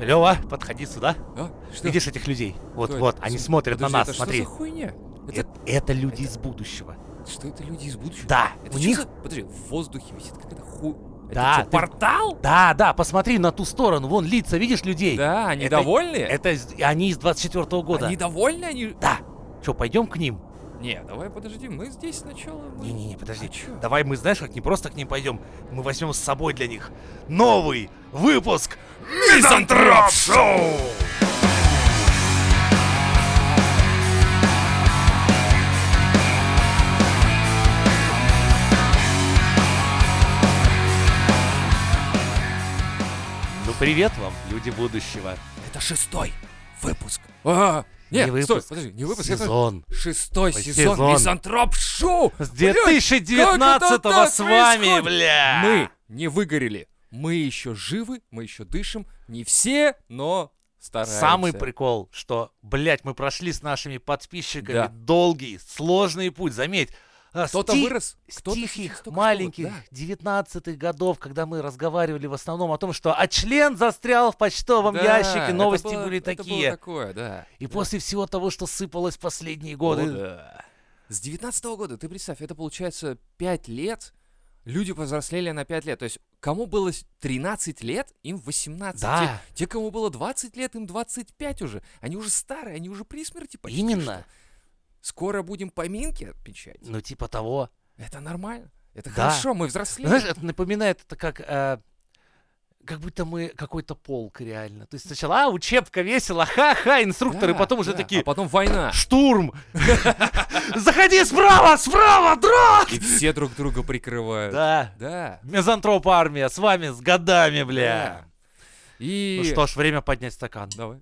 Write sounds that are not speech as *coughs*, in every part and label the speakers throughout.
Speaker 1: Лева, подходи сюда.
Speaker 2: А? Что?
Speaker 1: Видишь этих людей? Вот,
Speaker 2: Кто это?
Speaker 1: вот, они
Speaker 2: См-
Speaker 1: смотрят
Speaker 2: подожди,
Speaker 1: на
Speaker 2: это
Speaker 1: нас, смотри.
Speaker 2: Что за хуйня? Это,
Speaker 1: Это, это люди из будущего.
Speaker 2: что это люди из будущего?
Speaker 1: Да,
Speaker 2: Это
Speaker 1: у
Speaker 2: чё
Speaker 1: них-
Speaker 2: за- Подожди, в воздухе висит какая-то ху... Это
Speaker 1: Да,
Speaker 2: чё,
Speaker 1: ты-
Speaker 2: портал?
Speaker 1: Да, да, посмотри на ту сторону, вон лица, видишь людей?
Speaker 2: Да, они
Speaker 1: Это-
Speaker 2: довольны?
Speaker 1: Это из- они из 24 года.
Speaker 2: Они довольны? Они...
Speaker 1: Да. Че, пойдем к ним?
Speaker 2: Не, давай подожди, мы здесь сначала... мы-
Speaker 1: Не-не-не, подожди.
Speaker 2: А чё?
Speaker 1: Давай мы, знаешь, как не просто к ним пойдем, мы возьмем с собой для них новый выпуск Мизантроп Шоу! Ну привет вам, люди будущего.
Speaker 2: Это шестой выпуск. А, нет,
Speaker 1: Не
Speaker 2: стой,
Speaker 1: выпуск.
Speaker 2: подожди, не выпуск,
Speaker 1: Сезон.
Speaker 2: это шестой сезон,
Speaker 1: Сезон.
Speaker 2: Мизантроп Шоу!
Speaker 1: С
Speaker 2: Блядь, как это
Speaker 1: 2019-го
Speaker 2: так
Speaker 1: с вами,
Speaker 2: происходит?
Speaker 1: бля!
Speaker 2: Мы не выгорели. Мы еще живы, мы еще дышим. Не все, но стараемся.
Speaker 1: Самый прикол, что, блядь, мы прошли с нашими подписчиками
Speaker 2: Да.
Speaker 1: долгий, сложный путь, заметь. а, с
Speaker 2: Кто-то
Speaker 1: ти-
Speaker 2: вырос,
Speaker 1: С
Speaker 2: кто-то сейчас
Speaker 1: тихих,
Speaker 2: только
Speaker 1: маленьких,
Speaker 2: школы, да.
Speaker 1: 19-х годов, когда мы разговаривали в основном о том, что «А член застрял в почтовом
Speaker 2: Да,
Speaker 1: ящике»,
Speaker 2: это
Speaker 1: новости
Speaker 2: было-
Speaker 1: были
Speaker 2: это было
Speaker 1: такие.
Speaker 2: такое, да.
Speaker 1: И после всего того, что сыпалось последние годы,
Speaker 2: О, да. С 19 года, ты представь, это получается 5 лет. Люди повзрослели на 5 лет. То есть, кому было с- 13 лет, им 18.
Speaker 1: Да.
Speaker 2: Те, те, кому было 20 лет, им 25 уже. Они уже старые, они уже при смерти почти
Speaker 1: именно,
Speaker 2: что. типа. Скоро будем поминки отмечать.
Speaker 1: ну типа того.
Speaker 2: Это нормально. Это
Speaker 1: Да.
Speaker 2: хорошо, мы взрослели.
Speaker 1: Знаешь, это напоминает это как... э, как будто мы какой-то полк реально. То есть сначала, а, учебка весело, ха-ха, инструкторы,
Speaker 2: Да,
Speaker 1: потом уже
Speaker 2: да.
Speaker 1: такие,
Speaker 2: А потом война.
Speaker 1: Штурм! *laughs* Заходи справа, справа, дрон!
Speaker 2: И все друг друга прикрывают.
Speaker 1: Да.
Speaker 2: Да.
Speaker 1: Мизантроп армия, с вами с годами, бля.
Speaker 2: Да. И...
Speaker 1: Ну что ж, время поднять стакан.
Speaker 2: Давай.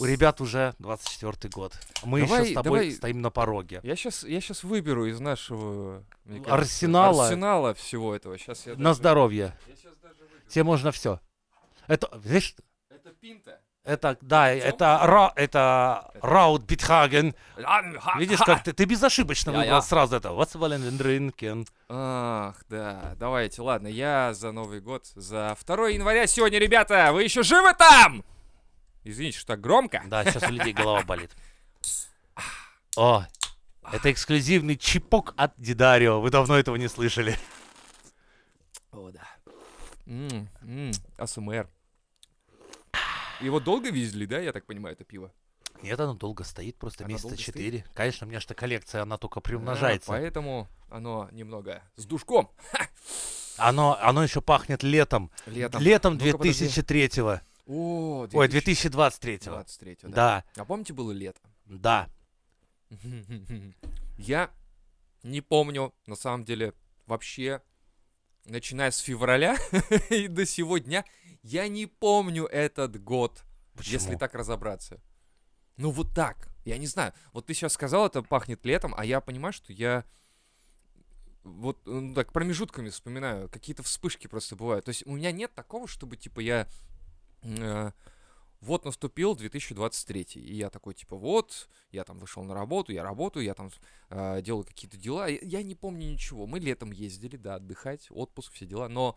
Speaker 1: У ребят уже 24-й год. Мы
Speaker 2: Давай,
Speaker 1: еще с тобой
Speaker 2: давай.
Speaker 1: стоим на пороге.
Speaker 2: Я сейчас, я сейчас выберу из нашего мне кажется,
Speaker 1: Арсенала.
Speaker 2: арсенала всего этого. Сейчас я
Speaker 1: На
Speaker 2: даже-
Speaker 1: здоровье.
Speaker 2: я щас даже выберу.
Speaker 1: Тебе можно все. Это, знаешь,
Speaker 2: Это пинта.
Speaker 1: это, да,
Speaker 2: Идём?
Speaker 1: это, Ра- это Раут Битхаген. Видишь,
Speaker 2: Видишь,
Speaker 1: как ты, ты безошибочно
Speaker 2: Я-я.
Speaker 1: выбрал сразу это. Вот Валендринкен.
Speaker 2: Ах, да. Давайте, ладно, я за Новый год, за 2 января сегодня, ребята. Вы еще живы там? Извините, что так громко.
Speaker 1: Да, сейчас у людей голова болит. О, это эксклюзивный чипок от Дидарио. Вы давно этого не слышали.
Speaker 2: О, да. М, м, АСМР. Его долго везли, да, я так понимаю, это пиво?
Speaker 1: Нет, оно долго стоит, Э, просто
Speaker 2: Оно
Speaker 1: месяца
Speaker 2: долго стоит?
Speaker 1: четыре. Конечно, у меня что коллекция, она только
Speaker 2: Да,
Speaker 1: приумножается.
Speaker 2: поэтому оно немного с душком.
Speaker 1: Оно, оно еще пахнет летом.
Speaker 2: Летом.
Speaker 1: Летом
Speaker 2: Ну-ка, подожди.
Speaker 1: 2003
Speaker 2: О,
Speaker 1: Ой, 2023 да.
Speaker 2: 23 да.
Speaker 1: да,
Speaker 2: А помните, было лето? *laughs*
Speaker 1: да.
Speaker 2: Я не помню, на самом деле, вообще, начиная с февраля *laughs* и до сего дня, я не помню этот год, если
Speaker 1: Почему?
Speaker 2: так разобраться. Ну вот так, я не знаю. Вот ты сейчас сказал, это пахнет летом, а я понимаю, что я вот э, ну, так промежутками вспоминаю, какие-то вспышки просто бывают. То есть у меня нет такого, чтобы типа я э, вот наступил 2023, и я такой, типа, вот, я там вышел на работу, я работаю, я там э, делаю какие-то дела, я, я не помню ничего. Мы летом ездили, да, отдыхать, отпуск, все дела, но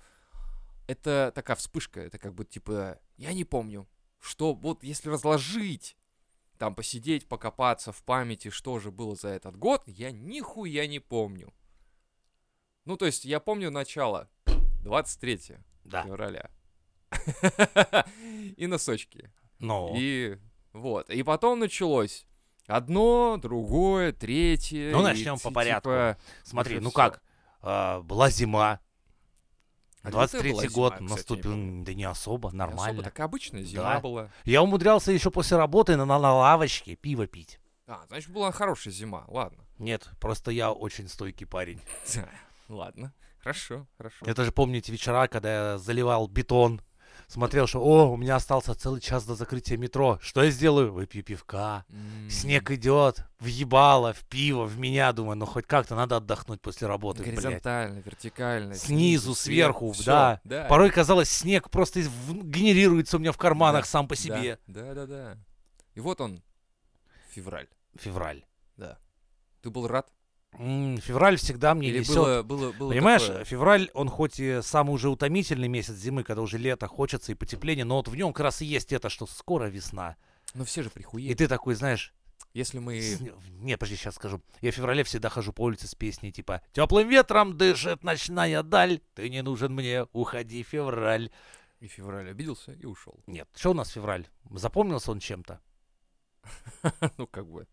Speaker 2: это такая вспышка, это как бы, типа, я не помню, что вот если разложить, там посидеть, покопаться в памяти, что же было за этот год, я нихуя не помню. Ну, то есть, я помню начало, 23
Speaker 1: Да.
Speaker 2: февраля. *laughs* И носочки.
Speaker 1: Ну,
Speaker 2: И вот. И потом началось одно, другое, третье.
Speaker 1: Ну,
Speaker 2: и
Speaker 1: начнем
Speaker 2: ти-
Speaker 1: по порядку.
Speaker 2: типа,
Speaker 1: смотри,
Speaker 2: уже
Speaker 1: ну
Speaker 2: всё.
Speaker 1: как, а, была зима.
Speaker 2: А лютая
Speaker 1: 23-й
Speaker 2: была зима,
Speaker 1: год
Speaker 2: кстати, я
Speaker 1: наступил,
Speaker 2: помню.
Speaker 1: м, да не особо,
Speaker 2: не особо
Speaker 1: нормально.
Speaker 2: такая обычная зима
Speaker 1: Да.
Speaker 2: была.
Speaker 1: Я умудрялся еще после работы на, на- на лавочке пиво пить.
Speaker 2: А, значит, была хорошая зима. Ладно.
Speaker 1: Нет, просто я очень стойкий парень.
Speaker 2: Ладно. Хорошо, хорошо.
Speaker 1: Это же помните вечера, когда я заливал бетон, смотрел, что о, у меня остался целый час до закрытия метро. Что я сделаю? Выпью пивка.
Speaker 2: М,
Speaker 1: Снег идет, въебало, в пиво, в меня, думаю, ну хоть как-то надо отдохнуть после работы, блядь.
Speaker 2: Горизонтально, вертикально.
Speaker 1: Снизу, сверху,
Speaker 2: всё,
Speaker 1: да.
Speaker 2: да.
Speaker 1: Порой казалось, снег просто из- в- генерируется у меня в карманах
Speaker 2: Да,
Speaker 1: сам по
Speaker 2: да,
Speaker 1: себе.
Speaker 2: Да, да, да. И вот он, февраль.
Speaker 1: Февраль.
Speaker 2: Ты был рад?
Speaker 1: М, Февраль всегда мне
Speaker 2: Или
Speaker 1: несет...
Speaker 2: было, было, было
Speaker 1: Понимаешь, э,
Speaker 2: такое?
Speaker 1: февраль, он хоть и самый уже утомительный месяц зимы, когда уже лето, хочется и потепление, но вот в нем как раз и есть это, что скоро весна.
Speaker 2: Но ну, все же прихуели.
Speaker 1: И ты такой, знаешь,
Speaker 2: Если мы...
Speaker 1: с- не, подожди, сейчас скажу. Я в феврале всегда хожу по улице с песней, типа «Теплым ветром дышит ночная даль, ты не нужен мне, уходи, февраль».
Speaker 2: И февраль обиделся и ушел. *laughs*
Speaker 1: Нет, что у нас февраль? Запомнился он чем-то?
Speaker 2: ну, как бы.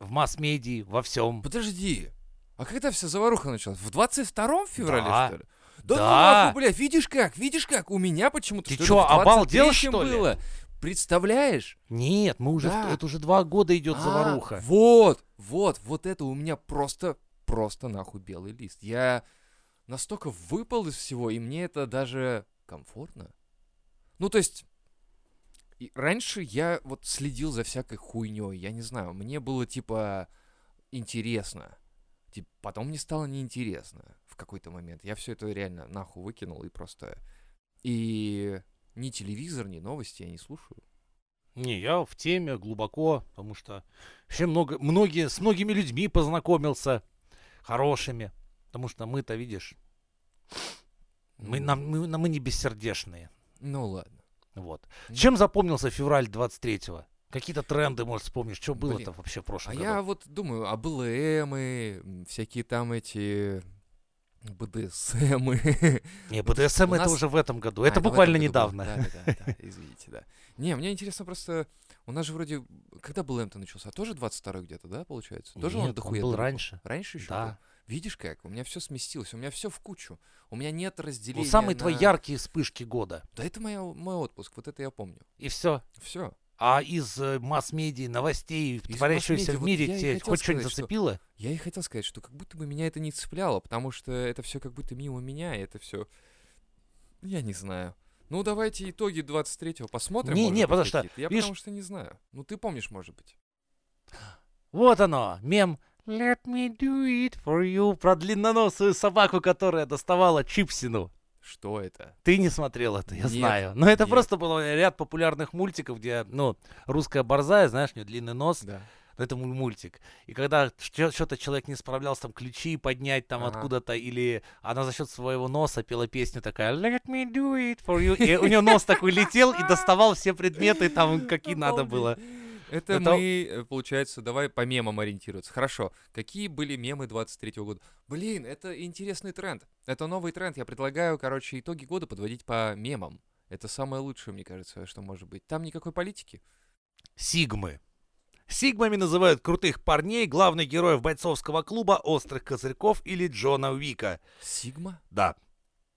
Speaker 2: Ну,
Speaker 1: В масс-медии, во всем.
Speaker 2: Подожди. А когда вся заваруха началась? В 22 февраля,
Speaker 1: Да.
Speaker 2: что ли? Да, ну
Speaker 1: Да.
Speaker 2: нахуй, бля, видишь как, видишь как, у меня почему-то
Speaker 1: Ты
Speaker 2: что,
Speaker 1: чё,
Speaker 2: это в
Speaker 1: обалдел,
Speaker 2: 23-м
Speaker 1: что ли?
Speaker 2: было. Представляешь?
Speaker 1: Нет, мы уже, в-
Speaker 2: Да.
Speaker 1: это уже два года идет
Speaker 2: А,
Speaker 1: заваруха.
Speaker 2: Вот, вот, вот это у меня просто, просто нахуй белый лист. Я настолько выпал из всего, и мне это даже комфортно. Ну, то есть, и раньше я вот следил за всякой хуйней, я не знаю, мне было типа интересно. Тип- потом мне стало неинтересно в какой-то момент. Я все это реально нахуй выкинул и просто... И ни телевизор, ни новости я не слушаю.
Speaker 1: Не, я в теме глубоко, потому что вообще много, многие, с многими людьми познакомился, хорошими. Потому что мы-то, видишь, мы, нам, мы, нам- мы не бессердечные.
Speaker 2: Ну ладно.
Speaker 1: Вот.
Speaker 2: Мгм.
Speaker 1: Чем запомнился февраль 23-го? Какие-то тренды, может, вспомнишь? Что
Speaker 2: Блин,
Speaker 1: было-то вообще в прошлом
Speaker 2: А
Speaker 1: году?
Speaker 2: я вот думаю, а БЛМы, м, всякие там эти БДСМы.
Speaker 1: Не, БДСМ *laughs*
Speaker 2: у
Speaker 1: это
Speaker 2: нас-
Speaker 1: уже в этом году.
Speaker 2: А,
Speaker 1: Это
Speaker 2: в
Speaker 1: буквально
Speaker 2: этом году было.
Speaker 1: недавно.
Speaker 2: Да, да,
Speaker 1: *laughs*
Speaker 2: да, да, извините, да. Не, мне интересно просто, у нас же вроде, когда БЛМ-то начался? Тоже 22 где-то, да, получается? Тоже он
Speaker 1: Нет,
Speaker 2: дохуя
Speaker 1: был
Speaker 2: далеко?
Speaker 1: раньше.
Speaker 2: Раньше еще?
Speaker 1: Да. Ну,
Speaker 2: был? Видишь как? У меня все сместилось, у меня все в кучу. У меня нет разделения
Speaker 1: Ну, самые твои
Speaker 2: на-
Speaker 1: яркие вспышки года.
Speaker 2: Да это моя, мой отпуск, вот это я помню.
Speaker 1: И все.
Speaker 2: Все.
Speaker 1: А из э, масс-медии, новостей,
Speaker 2: Из
Speaker 1: творящегося
Speaker 2: масс-медиа,
Speaker 1: в
Speaker 2: вот
Speaker 1: мире,
Speaker 2: я и
Speaker 1: тебе
Speaker 2: хотел
Speaker 1: хоть что-нибудь
Speaker 2: сказать, что-
Speaker 1: зацепило?
Speaker 2: Я и хотел сказать, что как будто бы меня это не цепляло, потому что это все как будто мимо меня, и это все... Я не знаю. Ну, давайте итоги 23-го посмотрим.
Speaker 1: Не,
Speaker 2: может
Speaker 1: не,
Speaker 2: быть,
Speaker 1: потому что,
Speaker 2: какие-то. Я
Speaker 1: видишь-
Speaker 2: потому что не знаю. Ну, ты помнишь, может быть.
Speaker 1: Вот оно, мем «Let me do it for you» про длинноносую собаку, которая доставала чипсину.
Speaker 2: Что это?
Speaker 1: Ты не смотрел это, я
Speaker 2: Нет,
Speaker 1: знаю. Но это
Speaker 2: нет.
Speaker 1: просто был ряд популярных мультиков, где, ну, русская борзая, знаешь, у нее длинный нос,
Speaker 2: Да.
Speaker 1: но это мул- мультик. И когда что-то человек не справлялся, там, ключи поднять там
Speaker 2: Ага.
Speaker 1: откуда-то, или она за счет своего носа пела песню такая «Let me do it for you», и у нее нос такой летел и доставал все предметы там,
Speaker 2: *laughs*
Speaker 1: какие надо было.
Speaker 2: Это,
Speaker 1: Это-
Speaker 2: мы, э, получается, давай по мемам ориентироваться. Хорошо. Какие были мемы 23-го года? Блин, это интересный тренд. Это новый тренд. Я предлагаю, короче, итоги года подводить по мемам. Это самое лучшее, мне кажется, что может быть. Там никакой политики.
Speaker 1: Сигмы. Сигмами называют крутых парней, главных героев бойцовского клуба, острых козырьков или Джона Уика.
Speaker 2: Сигма?
Speaker 1: Да.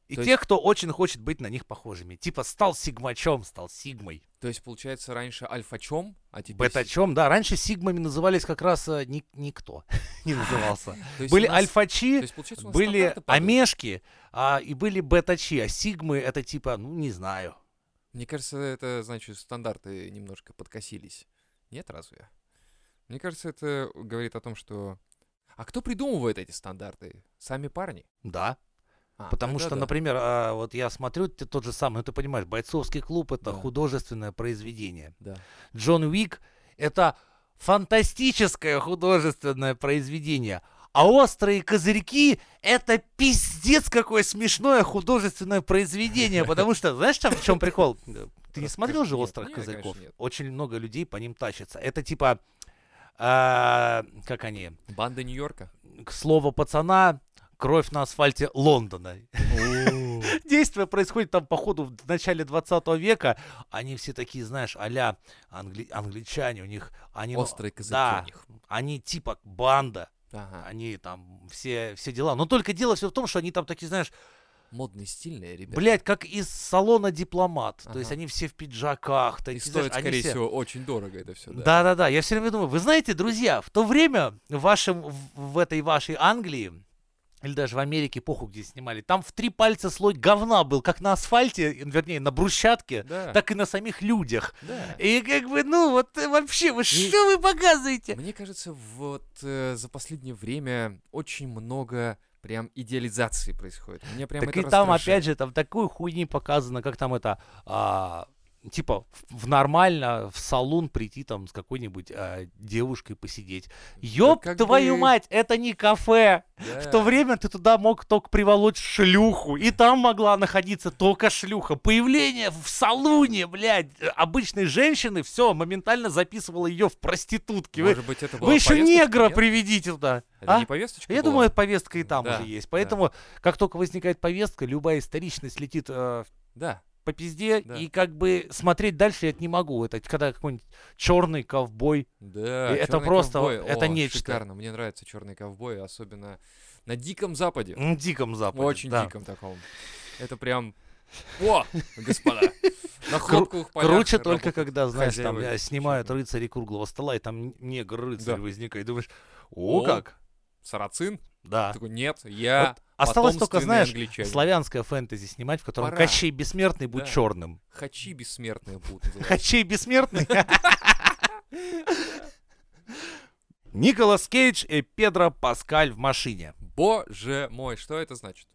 Speaker 1: И
Speaker 2: То
Speaker 1: тех, кто очень хочет быть на них похожими. Типа стал сигмачом, стал сигмой.
Speaker 2: То есть, получается, раньше альфа-чем, а теперь... си-
Speaker 1: Бетачом, да. Раньше сигмами назывались как раз э, ни- никто *laughs*
Speaker 2: *laughs*
Speaker 1: не назывался.
Speaker 2: То есть
Speaker 1: Были
Speaker 2: у нас- То
Speaker 1: альфачи,
Speaker 2: есть, получается, у нас
Speaker 1: были
Speaker 2: стандарты падают.
Speaker 1: омешки, а, и были бетачи. А сигмы это типа, ну не знаю.
Speaker 2: Мне кажется, это значит, стандарты немножко подкосились. Нет, разве? Мне кажется, это говорит о том, что... А кто придумывает эти стандарты? Сами парни?
Speaker 1: Да.
Speaker 2: А,
Speaker 1: Потому
Speaker 2: тогда
Speaker 1: что,
Speaker 2: да.
Speaker 1: например, а, вот я смотрю т- тот же самый, ну ты понимаешь, бойцовский клуб это
Speaker 2: Да.
Speaker 1: художественное произведение.
Speaker 2: Да.
Speaker 1: Джон Уик это фантастическое художественное произведение. А острые козырьки это пиздец какое смешное художественное произведение. Потому что, знаешь, там в чем прикол? Ты не смотрел же
Speaker 2: Нет,
Speaker 1: острых
Speaker 2: нет, конечно,
Speaker 1: козырьков?
Speaker 2: нет.
Speaker 1: Очень много людей по ним тащится. Это типа. а, Как они?
Speaker 2: Банда Нью-Йорка.
Speaker 1: К слову пацана, кровь на асфальте Лондона. Действие происходит там, походу, в начале 20 века. Они все такие, знаешь, а-ля англи- англичане, у них... Они, ну,
Speaker 2: Острые козырьки
Speaker 1: да.
Speaker 2: у них.
Speaker 1: они типа банда,
Speaker 2: Ага.
Speaker 1: они там все, все дела. Но только дело все в том, что они там такие, знаешь,
Speaker 2: Модные, стильные ребята.
Speaker 1: блядь, как из салона дипломат. То
Speaker 2: Ага.
Speaker 1: есть они все в пиджаках.
Speaker 2: И
Speaker 1: такие, знаешь,
Speaker 2: стоит,
Speaker 1: они
Speaker 2: скорее
Speaker 1: все-
Speaker 2: всего, очень дорого это все.
Speaker 1: Да, да, да. Я все время думаю, вы знаете, друзья, в то время в вашем, в, в этой вашей Англии или даже в Америке, похуй где снимали, там в три пальца слой говна был, как на асфальте, и, вернее, на брусчатке,
Speaker 2: Да.
Speaker 1: так и на самих людях.
Speaker 2: да.
Speaker 1: И как бы, ну, вот э, вообще, вы
Speaker 2: И-
Speaker 1: что вы показываете?
Speaker 2: Мне кажется, вот э, за последнее время очень много прям идеализации происходит. Мне прям
Speaker 1: так
Speaker 2: это
Speaker 1: и там,
Speaker 2: раздражает.
Speaker 1: опять же, там такую хуйни показано, как там это... а, типа в в нормально в салон прийти там с какой-нибудь э, девушкой посидеть. Ёб
Speaker 2: как
Speaker 1: твою
Speaker 2: бы-
Speaker 1: мать, это не кафе. В
Speaker 2: Да.
Speaker 1: то время ты туда мог только приволочь шлюху, и там могла находиться только шлюха. Появление в салуне, блядь, э, обычной женщины, все, моментально записывало ее в проститутки. Вы,
Speaker 2: Может быть, это
Speaker 1: вы
Speaker 2: была
Speaker 1: еще
Speaker 2: повесточка,
Speaker 1: негра
Speaker 2: нет?
Speaker 1: приведите туда.
Speaker 2: Это
Speaker 1: а?
Speaker 2: не повесточка
Speaker 1: Я
Speaker 2: была?
Speaker 1: думаю, повестка и там
Speaker 2: Да,
Speaker 1: уже есть.
Speaker 2: да.
Speaker 1: Поэтому, как только возникает повестка, любая историчность летит э,
Speaker 2: Да.
Speaker 1: по пизде,
Speaker 2: Да.
Speaker 1: и как бы смотреть дальше я это не могу. Это когда какой-нибудь черный ковбой.
Speaker 2: Да,
Speaker 1: И это
Speaker 2: «Чёрный
Speaker 1: просто
Speaker 2: ковбой».
Speaker 1: вот- это
Speaker 2: О,
Speaker 1: нечто.
Speaker 2: Шикарно, мне нравятся черные ковбои, особенно на Диком Западе.
Speaker 1: м, Диком западе.
Speaker 2: Очень
Speaker 1: да.
Speaker 2: диком таком. Это прям... О, господа! На хлопковых полях
Speaker 1: Круче
Speaker 2: работают
Speaker 1: только когда, знаешь, там
Speaker 2: хозяева
Speaker 1: э,
Speaker 2: этих
Speaker 1: снимают
Speaker 2: черных.
Speaker 1: рыцари круглого стола, и там негр рыцарь
Speaker 2: Да.
Speaker 1: возникает. Думаешь, о,
Speaker 2: О,
Speaker 1: как!
Speaker 2: Сарацин?
Speaker 1: Да.
Speaker 2: Такой, нет, я
Speaker 1: Вот осталось только,
Speaker 2: потомственный
Speaker 1: знаешь,
Speaker 2: англичанин.
Speaker 1: славянское фэнтези снимать, в котором
Speaker 2: Пора.
Speaker 1: Кощей Бессмертный будет
Speaker 2: Да.
Speaker 1: черным.
Speaker 2: Хачи бессмертные будут называться.
Speaker 1: Кощей Бессмертный? Николас Кейдж и Педро Паскаль в машине.
Speaker 2: Боже мой, что это значит?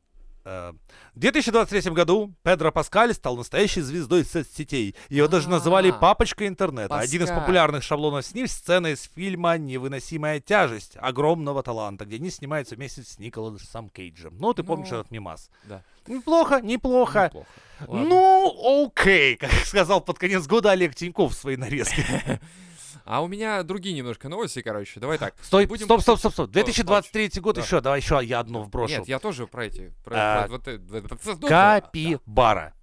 Speaker 1: Э, В 2023 году Педро Паскаль стал настоящей звездой соцсетей. Его даже называли
Speaker 2: А,
Speaker 1: «папочкой интернета». Один из
Speaker 2: Паскаль.
Speaker 1: популярных шаблонов с ним — сцена из фильма «Невыносимая тяжесть» огромного таланта, где они снимаются вместе с Николасом Кейджем. Ну, ты помнишь
Speaker 2: Ну,
Speaker 1: этот мимас.
Speaker 2: да.
Speaker 1: Неплохо, неплохо.
Speaker 2: Неплохо. Ладно.
Speaker 1: Ну, окей, как сказал под конец года Олег Тиньков в своей нарезке.
Speaker 2: А у меня другие немножко новости, короче. Давай так.
Speaker 1: Стой,
Speaker 2: Будем
Speaker 1: стоп, стоп, стоп, стоп.
Speaker 2: Что,
Speaker 1: 2023 год
Speaker 2: Да.
Speaker 1: еще, давай еще я одну вброшу.
Speaker 2: Нет, я тоже про эти...
Speaker 1: А,
Speaker 2: Про, про- вот э- да.
Speaker 1: Капибара.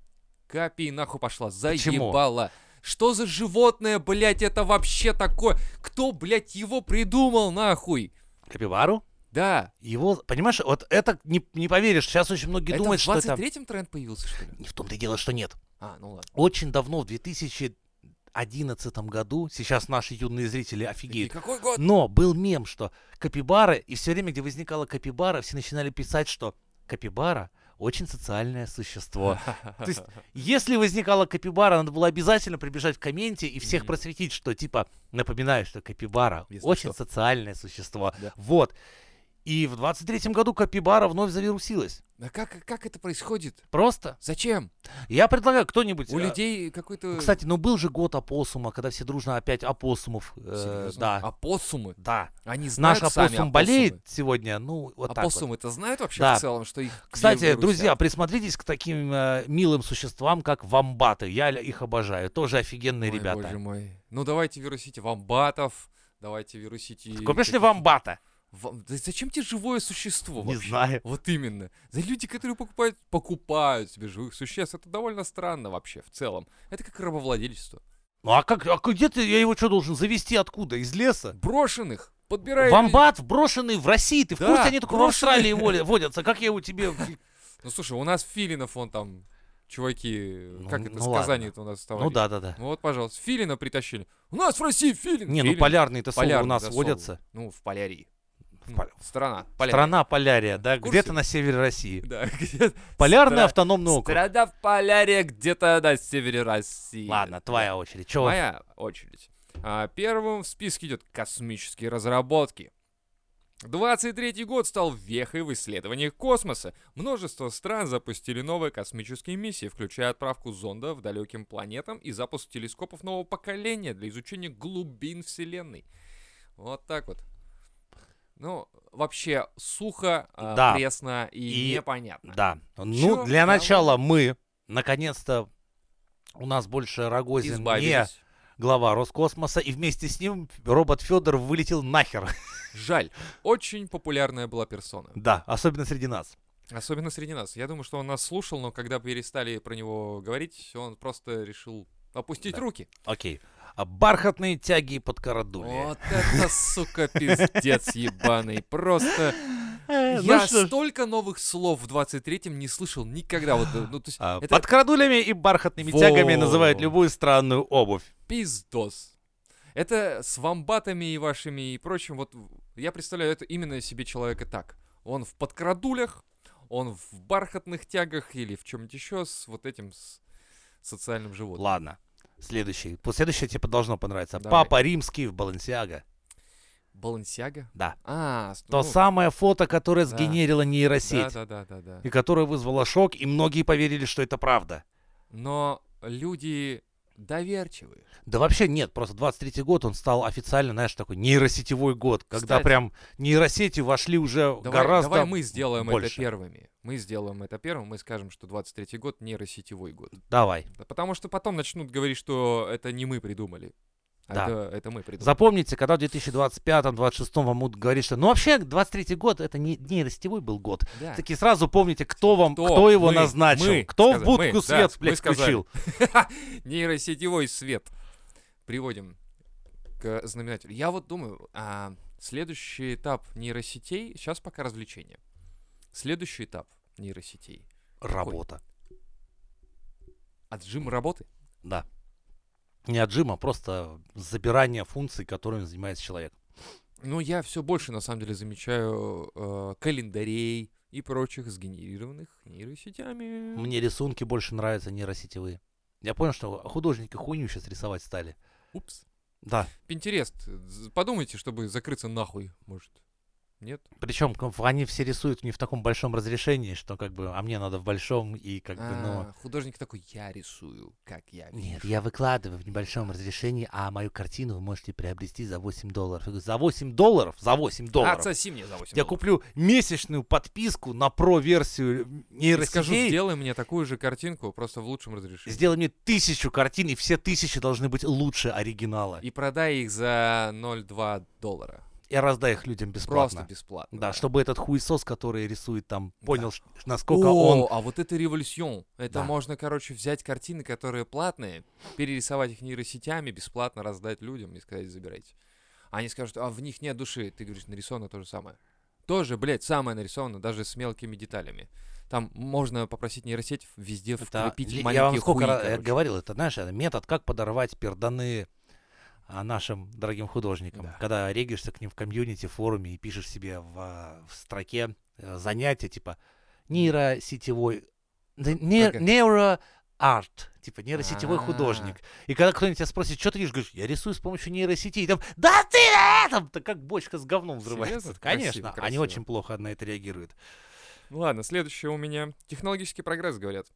Speaker 2: Капи нахуй пошла,
Speaker 1: Почему?
Speaker 2: заебала. Что за животное, блядь, это вообще такое? Кто, блядь, его придумал, нахуй?
Speaker 1: Капибару?
Speaker 2: Да.
Speaker 1: Его, понимаешь, вот это не, не поверишь, сейчас очень многие
Speaker 2: это
Speaker 1: думают,
Speaker 2: в
Speaker 1: что это...
Speaker 2: 23-м тренд появился, что ли?
Speaker 1: Не в том-то и дело, что нет.
Speaker 2: А, ну ладно.
Speaker 1: Очень давно, в 2011 году, сейчас наши юные зрители
Speaker 2: И
Speaker 1: офигеют,
Speaker 2: какой год?
Speaker 1: но был мем, что капибара, и все время, где возникала капибара, все начинали писать, что капибара очень социальное
Speaker 2: *laughs*
Speaker 1: существо. То есть, если возникала капибара, надо было обязательно прибежать в комменте и всех
Speaker 2: Мгм.
Speaker 1: просветить, что типа, напоминаю, что капибара
Speaker 2: Если
Speaker 1: очень
Speaker 2: что.
Speaker 1: социальное существо.
Speaker 2: Да.
Speaker 1: Вот. И в 23-м году капибара вновь завирусилась.
Speaker 2: А как, как это происходит?
Speaker 1: Просто.
Speaker 2: Зачем?
Speaker 1: Я предлагаю кто-нибудь...
Speaker 2: У
Speaker 1: э,
Speaker 2: людей какой-то...
Speaker 1: ну, Кстати, ну был же год опоссума, когда все дружно опять опоссумов. э,
Speaker 2: Серьезно?
Speaker 1: да.
Speaker 2: Опоссумы?
Speaker 1: Да.
Speaker 2: Они
Speaker 1: Наш
Speaker 2: знают сами
Speaker 1: опоссум болеет сегодня, ну вот так вот.
Speaker 2: Опоссумы это знают вообще
Speaker 1: Да.
Speaker 2: в целом, что их...
Speaker 1: Кстати,
Speaker 2: вирусят?
Speaker 1: друзья, присмотритесь к таким э, милым существам, как вамбаты. Я л- их обожаю. Тоже офигенные
Speaker 2: Ой,
Speaker 1: ребята.
Speaker 2: боже мой. Ну давайте вирусите вамбатов, давайте вирусите...
Speaker 1: Купишь ли
Speaker 2: каких-
Speaker 1: вамбата?
Speaker 2: Вам- да зачем тебе живое существо
Speaker 1: Не
Speaker 2: вообще?
Speaker 1: знаю.
Speaker 2: Вот именно. За люди, которые покупают, покупают себе живых существ, это довольно странно вообще в целом. Это как рабовладельство.
Speaker 1: Ну а как, а где ты, я его что должен завести откуда? Из леса?
Speaker 2: Брошенных подбирают.
Speaker 1: Вамбат брошенный в России. Ты в
Speaker 2: Да,
Speaker 1: курсе, они только в
Speaker 2: брошенный.
Speaker 1: Австралии воли- водятся. Как я его тебе...
Speaker 2: *laughs*
Speaker 1: в-
Speaker 2: Ну слушай, у нас филинов вон там, чуваки,
Speaker 1: Ну,
Speaker 2: как это
Speaker 1: ну
Speaker 2: с
Speaker 1: ладно.
Speaker 2: Казани-то у нас
Speaker 1: Ну
Speaker 2: товарищ?
Speaker 1: да-да-да.
Speaker 2: Ну вот, пожалуйста, филина притащили. У нас в России филин.
Speaker 1: Не, ну
Speaker 2: Филин.
Speaker 1: полярные-то совы у
Speaker 2: Полярный,
Speaker 1: нас
Speaker 2: да, совы.
Speaker 1: водятся.
Speaker 2: Ну, в полярии.
Speaker 1: В пол-
Speaker 2: Страна. Полярия.
Speaker 1: Страна Полярия, да,
Speaker 2: В курсе?
Speaker 1: где-то на севере России. *laughs*
Speaker 2: *laughs* Да, где
Speaker 1: Полярный
Speaker 2: Стра-
Speaker 1: автономный округ.
Speaker 2: Страна в полярия где-то на севере России.
Speaker 1: Ладно, твоя очередь. Чё?
Speaker 2: Моя очередь. А, первым в списке идет космические разработки. 23-й год стал вехой в исследованиях космоса. Множество стран запустили новые космические миссии, включая отправку зонда в далеким планетам и запуск телескопов нового поколения для изучения глубин Вселенной. Вот так вот. Ну, вообще, сухо, а,
Speaker 1: Да.
Speaker 2: пресно и,
Speaker 1: И-
Speaker 2: непонятно.
Speaker 1: Да. Ну,
Speaker 2: Чё?
Speaker 1: для
Speaker 2: Давай.
Speaker 1: начала мы, наконец-то, у нас больше Рогозин не
Speaker 2: Избавились.
Speaker 1: глава Роскосмоса, и вместе с ним робот Федор вылетел нахер. *laughs*
Speaker 2: Жаль. Очень популярная была персона.
Speaker 1: да, особенно среди нас.
Speaker 2: Особенно среди нас. Я думаю, что он нас слушал, но когда перестали про него говорить, он просто решил опустить
Speaker 1: Да.
Speaker 2: руки.
Speaker 1: Окей. А бархатные тяги под карадули. *gasps*
Speaker 2: Вот это, сука, пиздец ебаный. Просто
Speaker 1: Э, ну
Speaker 2: я
Speaker 1: что ж.
Speaker 2: столько новых слов в 23-м не слышал никогда. Вот, э, ну, то есть,
Speaker 1: А,
Speaker 2: это
Speaker 1: Под крадулями и бархатными тягами
Speaker 2: Во.
Speaker 1: называют любую странную обувь.
Speaker 2: пиздос. Это с вамбатами и вашими и прочим. Вот в- я представляю это именно себе человека так. Он в подкрадулях, он в бархатных тягах или в чем-нибудь еще с вот этим с социальным животным.
Speaker 1: Ладно. Следующий. Пу- Следующее тебе должно понравиться.
Speaker 2: Давай.
Speaker 1: Папа Римский в Баленсиаго.
Speaker 2: Балансиага?
Speaker 1: Да.
Speaker 2: А, с-
Speaker 1: То
Speaker 2: ну,
Speaker 1: самое фото, которое
Speaker 2: да.
Speaker 1: сгенерила нейросеть.
Speaker 2: Да, да, да, да, да.
Speaker 1: И которое вызвало шок, и многие поверили, что это правда.
Speaker 2: Но люди доверчивые.
Speaker 1: Да вообще нет, просто 23-й год он стал официально, знаешь, такой нейросетевой год, когда
Speaker 2: Кстати.
Speaker 1: прям нейросети вошли уже
Speaker 2: Давай,
Speaker 1: гораздо
Speaker 2: давай мы сделаем это
Speaker 1: больше.
Speaker 2: первыми. Мы сделаем это первым, мы скажем, что 23-й год нейросетевой год.
Speaker 1: Давай.
Speaker 2: Да потому что потом начнут говорить, что это не мы придумали. А
Speaker 1: Да.
Speaker 2: это, это мы придумали.
Speaker 1: Запомните, когда в 2025-2026 вам будут говорить, что ну вообще 23-й год это не нейросетевой был год.
Speaker 2: Да.
Speaker 1: Такие сразу помните, кто вам,
Speaker 2: Кто?
Speaker 1: кто, его
Speaker 2: Мы,
Speaker 1: назначил,
Speaker 2: мы,
Speaker 1: кто в
Speaker 2: сказали,
Speaker 1: будку
Speaker 2: мы,
Speaker 1: свет,
Speaker 2: да, мы
Speaker 1: блядь,
Speaker 2: сказали.
Speaker 1: включил.
Speaker 2: Нейросетевой свет. Приводим к знаменателю. Я вот думаю, а, следующий этап нейросетей, сейчас пока развлечение. Следующий этап нейросетей. А
Speaker 1: Работа.
Speaker 2: Отжим работы.
Speaker 1: Да. Не отжим, а просто забирание функций, которыми занимается человек.
Speaker 2: Ну, я все больше, на самом деле, замечаю э, календарей и прочих сгенерированных нейросетями.
Speaker 1: Мне рисунки больше нравятся нейросетевые. Я понял, что художники хуйню сейчас рисовать стали.
Speaker 2: Упс.
Speaker 1: Да.
Speaker 2: Пинтерест. з- Подумайте, чтобы закрыться нахуй, может. Нет?
Speaker 1: Причем они все рисуют не в таком большом разрешении, что как бы, а мне надо в большом и как бы, ну...
Speaker 2: А, Художник такой, я рисую, как я
Speaker 1: Нет,
Speaker 2: вижу».
Speaker 1: я выкладываю в небольшом разрешении, а мою картину вы можете приобрести за 8 долларов. Я говорю, за 8 долларов? За 8 долларов.
Speaker 2: Отсоси мне А, за 8
Speaker 1: я куплю месячную подписку на про-версию
Speaker 2: И скажу,
Speaker 1: нейросетей.
Speaker 2: сделай мне такую же картинку, просто в лучшем разрешении.
Speaker 1: Сделай мне тысячу картин, и все тысячи должны быть лучше оригинала.
Speaker 2: И продай их за 0,2 доллара.
Speaker 1: Я раздай их людям
Speaker 2: Просто
Speaker 1: бесплатно.
Speaker 2: бесплатно.
Speaker 1: Да, чтобы этот хуесос, который рисует там, понял, ш- насколько
Speaker 2: О,
Speaker 1: он...
Speaker 2: а вот это революцион. Это
Speaker 1: Да.
Speaker 2: можно, короче, взять картины, которые платные, перерисовать их нейросетями, бесплатно раздать людям и сказать, забирайте. Они скажут, а в них нет души. Ты говоришь, нарисовано то же самое. Тоже, блядь, самое нарисовано, даже с мелкими деталями. Там можно попросить нейросеть везде
Speaker 1: Это
Speaker 2: вкрепить
Speaker 1: ли-
Speaker 2: маленькие
Speaker 1: я вам сколько
Speaker 2: хуи,
Speaker 1: раз
Speaker 2: короче.
Speaker 1: говорил, это, знаешь, это метод, как подорвать перданы а, нашим дорогим художникам.
Speaker 2: Да.
Speaker 1: Когда регишься к ним в комьюнити, форуме и пишешь себе в, а, в строке э, занятия, типа, нейросетевой... да, не-
Speaker 2: Как это?
Speaker 1: Нейроарт, типа нейросетевой художник.
Speaker 2: А.
Speaker 1: И когда кто-нибудь тебя спросит, что ты рисуешь, говоришь, я рисую с помощью нейросети. И там, да ты на этом! Да как бочка с говном взрывается.
Speaker 2: Серьезно?
Speaker 1: Конечно,
Speaker 2: Красиво,
Speaker 1: они
Speaker 2: красиво.
Speaker 1: очень плохо на это реагируют.
Speaker 2: Ну ладно, следующее у меня. Технологический прогресс, говорят.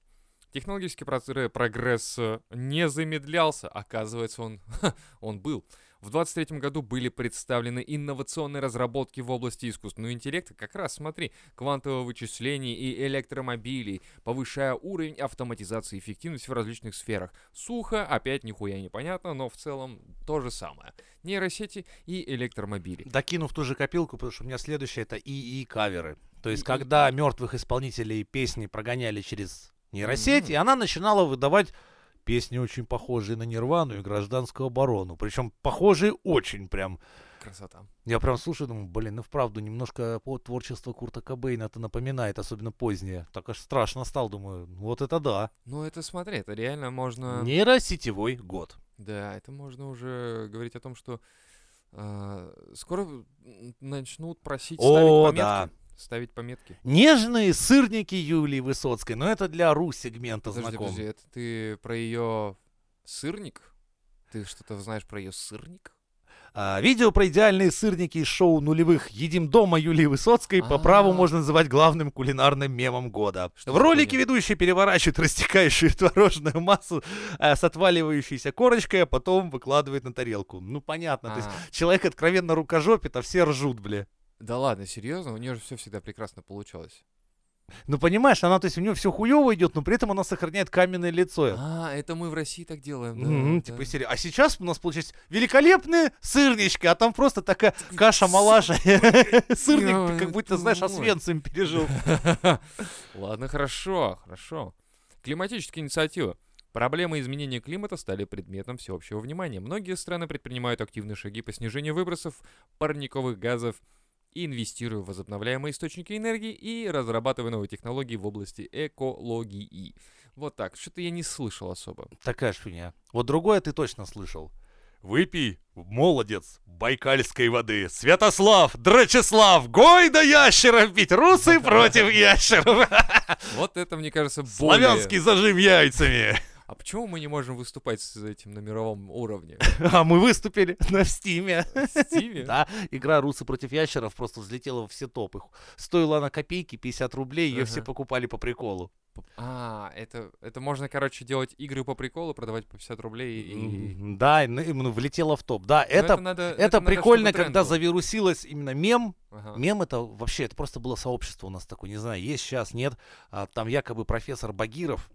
Speaker 2: Технологический процесс- прогресс э, не замедлялся. Оказывается, он, *laughs* он был. В 23 году были представлены инновационные разработки в области искусственного интеллекта. Как раз, смотри, квантового вычислений и электромобилей, повышая уровень автоматизации и эффективность в различных сферах. Сухо, опять нихуя непонятно, но в целом то же самое. Нейросети и электромобили.
Speaker 1: Докинув ту же копилку, потому что у меня следующее это ИИ каверы. То есть,
Speaker 2: ИИ.
Speaker 1: когда мертвых исполнителей песни прогоняли через нейросеть, и она начинала выдавать песни, очень похожие на Нирвану и гражданскую оборону. Причем похожие очень прям.
Speaker 2: Красота.
Speaker 1: Я прям слушаю, думаю, блин, ну вправду, немножко по творчество Курта Кобейна это напоминает, особенно позднее. Так аж страшно стал, думаю, вот это да.
Speaker 2: Ну это смотри, это реально можно...
Speaker 1: Нейросетевой год.
Speaker 2: Да, это можно уже говорить о том, что а, скоро м, начнут просить ставить
Speaker 1: О,
Speaker 2: пометки.
Speaker 1: да.
Speaker 2: Ставить пометки.
Speaker 1: Нежные сырники Юлии Высоцкой, но это для ру-сегмента
Speaker 2: Подожди,
Speaker 1: знаком.
Speaker 2: подожди, это ты про ее сырник? Ты что-то знаешь про ее сырник?
Speaker 1: А, Видео про идеальные сырники из шоу нулевых «Едим дома» Юлии Высоцкой по праву
Speaker 2: А.
Speaker 1: можно называть главным кулинарным мемом года.
Speaker 2: Что
Speaker 1: В
Speaker 2: за
Speaker 1: ролике
Speaker 2: хуйня?
Speaker 1: ведущий переворачивает растекающую творожную массу а, с отваливающейся корочкой, а потом выкладывает на тарелку. Ну, понятно. То есть
Speaker 2: А,
Speaker 1: человек откровенно рукожопит, а все ржут, бля.
Speaker 2: да ладно, серьезно, у нее же все всегда прекрасно получалось.
Speaker 1: Ну, понимаешь, она, то есть у нее все хуево идет, но при этом она сохраняет каменное лицо.
Speaker 2: А, это мы в России так делаем, да,
Speaker 1: Мгм,
Speaker 2: да.
Speaker 1: типа из серии. А сейчас у нас получается великолепные сырнички, а там просто такая каша-малаша. *laughs* Сырник, ты как
Speaker 2: Ой,
Speaker 1: будто, знаешь,
Speaker 2: твою мать.
Speaker 1: Освенцим пережил.
Speaker 2: *laughs* Ладно, хорошо, хорошо. Климатические инициативы. Проблемы изменения климата стали предметом всеобщего внимания. Многие страны предпринимают активные шаги по снижению выбросов парниковых газов, инвестируя в возобновляемые источники энергии и разрабатывая новые технологии в области экологии. Вот так. Что-то я не слышал особо.
Speaker 1: *laughs* Такая ж фигня. Вот другое ты точно слышал. Выпей, молодец, байкальской воды. Святослав, Драчеслав, гой да ящеров бить,
Speaker 2: *laughs*
Speaker 1: русы против ящеров.
Speaker 2: Вот это, мне кажется, более...
Speaker 1: Славянский зажим яйцами.
Speaker 2: А почему мы не можем выступать с этим на мировом уровне?
Speaker 1: *laughs* А мы выступили на Стиме.
Speaker 2: В Стиве?
Speaker 1: Да, игра «Русы против ящеров» просто взлетела во все топы. Стоила она копейки, 50 рублей, ее все
Speaker 2: Ага.
Speaker 1: покупали по приколу.
Speaker 2: А, это, это можно, короче, делать игры по приколу, продавать по 50 рублей и...
Speaker 1: М, Да, и, ну, именно влетело в топ. Да,
Speaker 2: Ну,
Speaker 1: это, это,
Speaker 2: надо, надо, чтобы
Speaker 1: прикольно,
Speaker 2: тренд
Speaker 1: когда
Speaker 2: был.
Speaker 1: завирусилось именно мем.
Speaker 2: Ага.
Speaker 1: Мем это вообще, это просто было сообщество у нас такое, не знаю, есть сейчас, нет. А, там якобы профессор Багиров,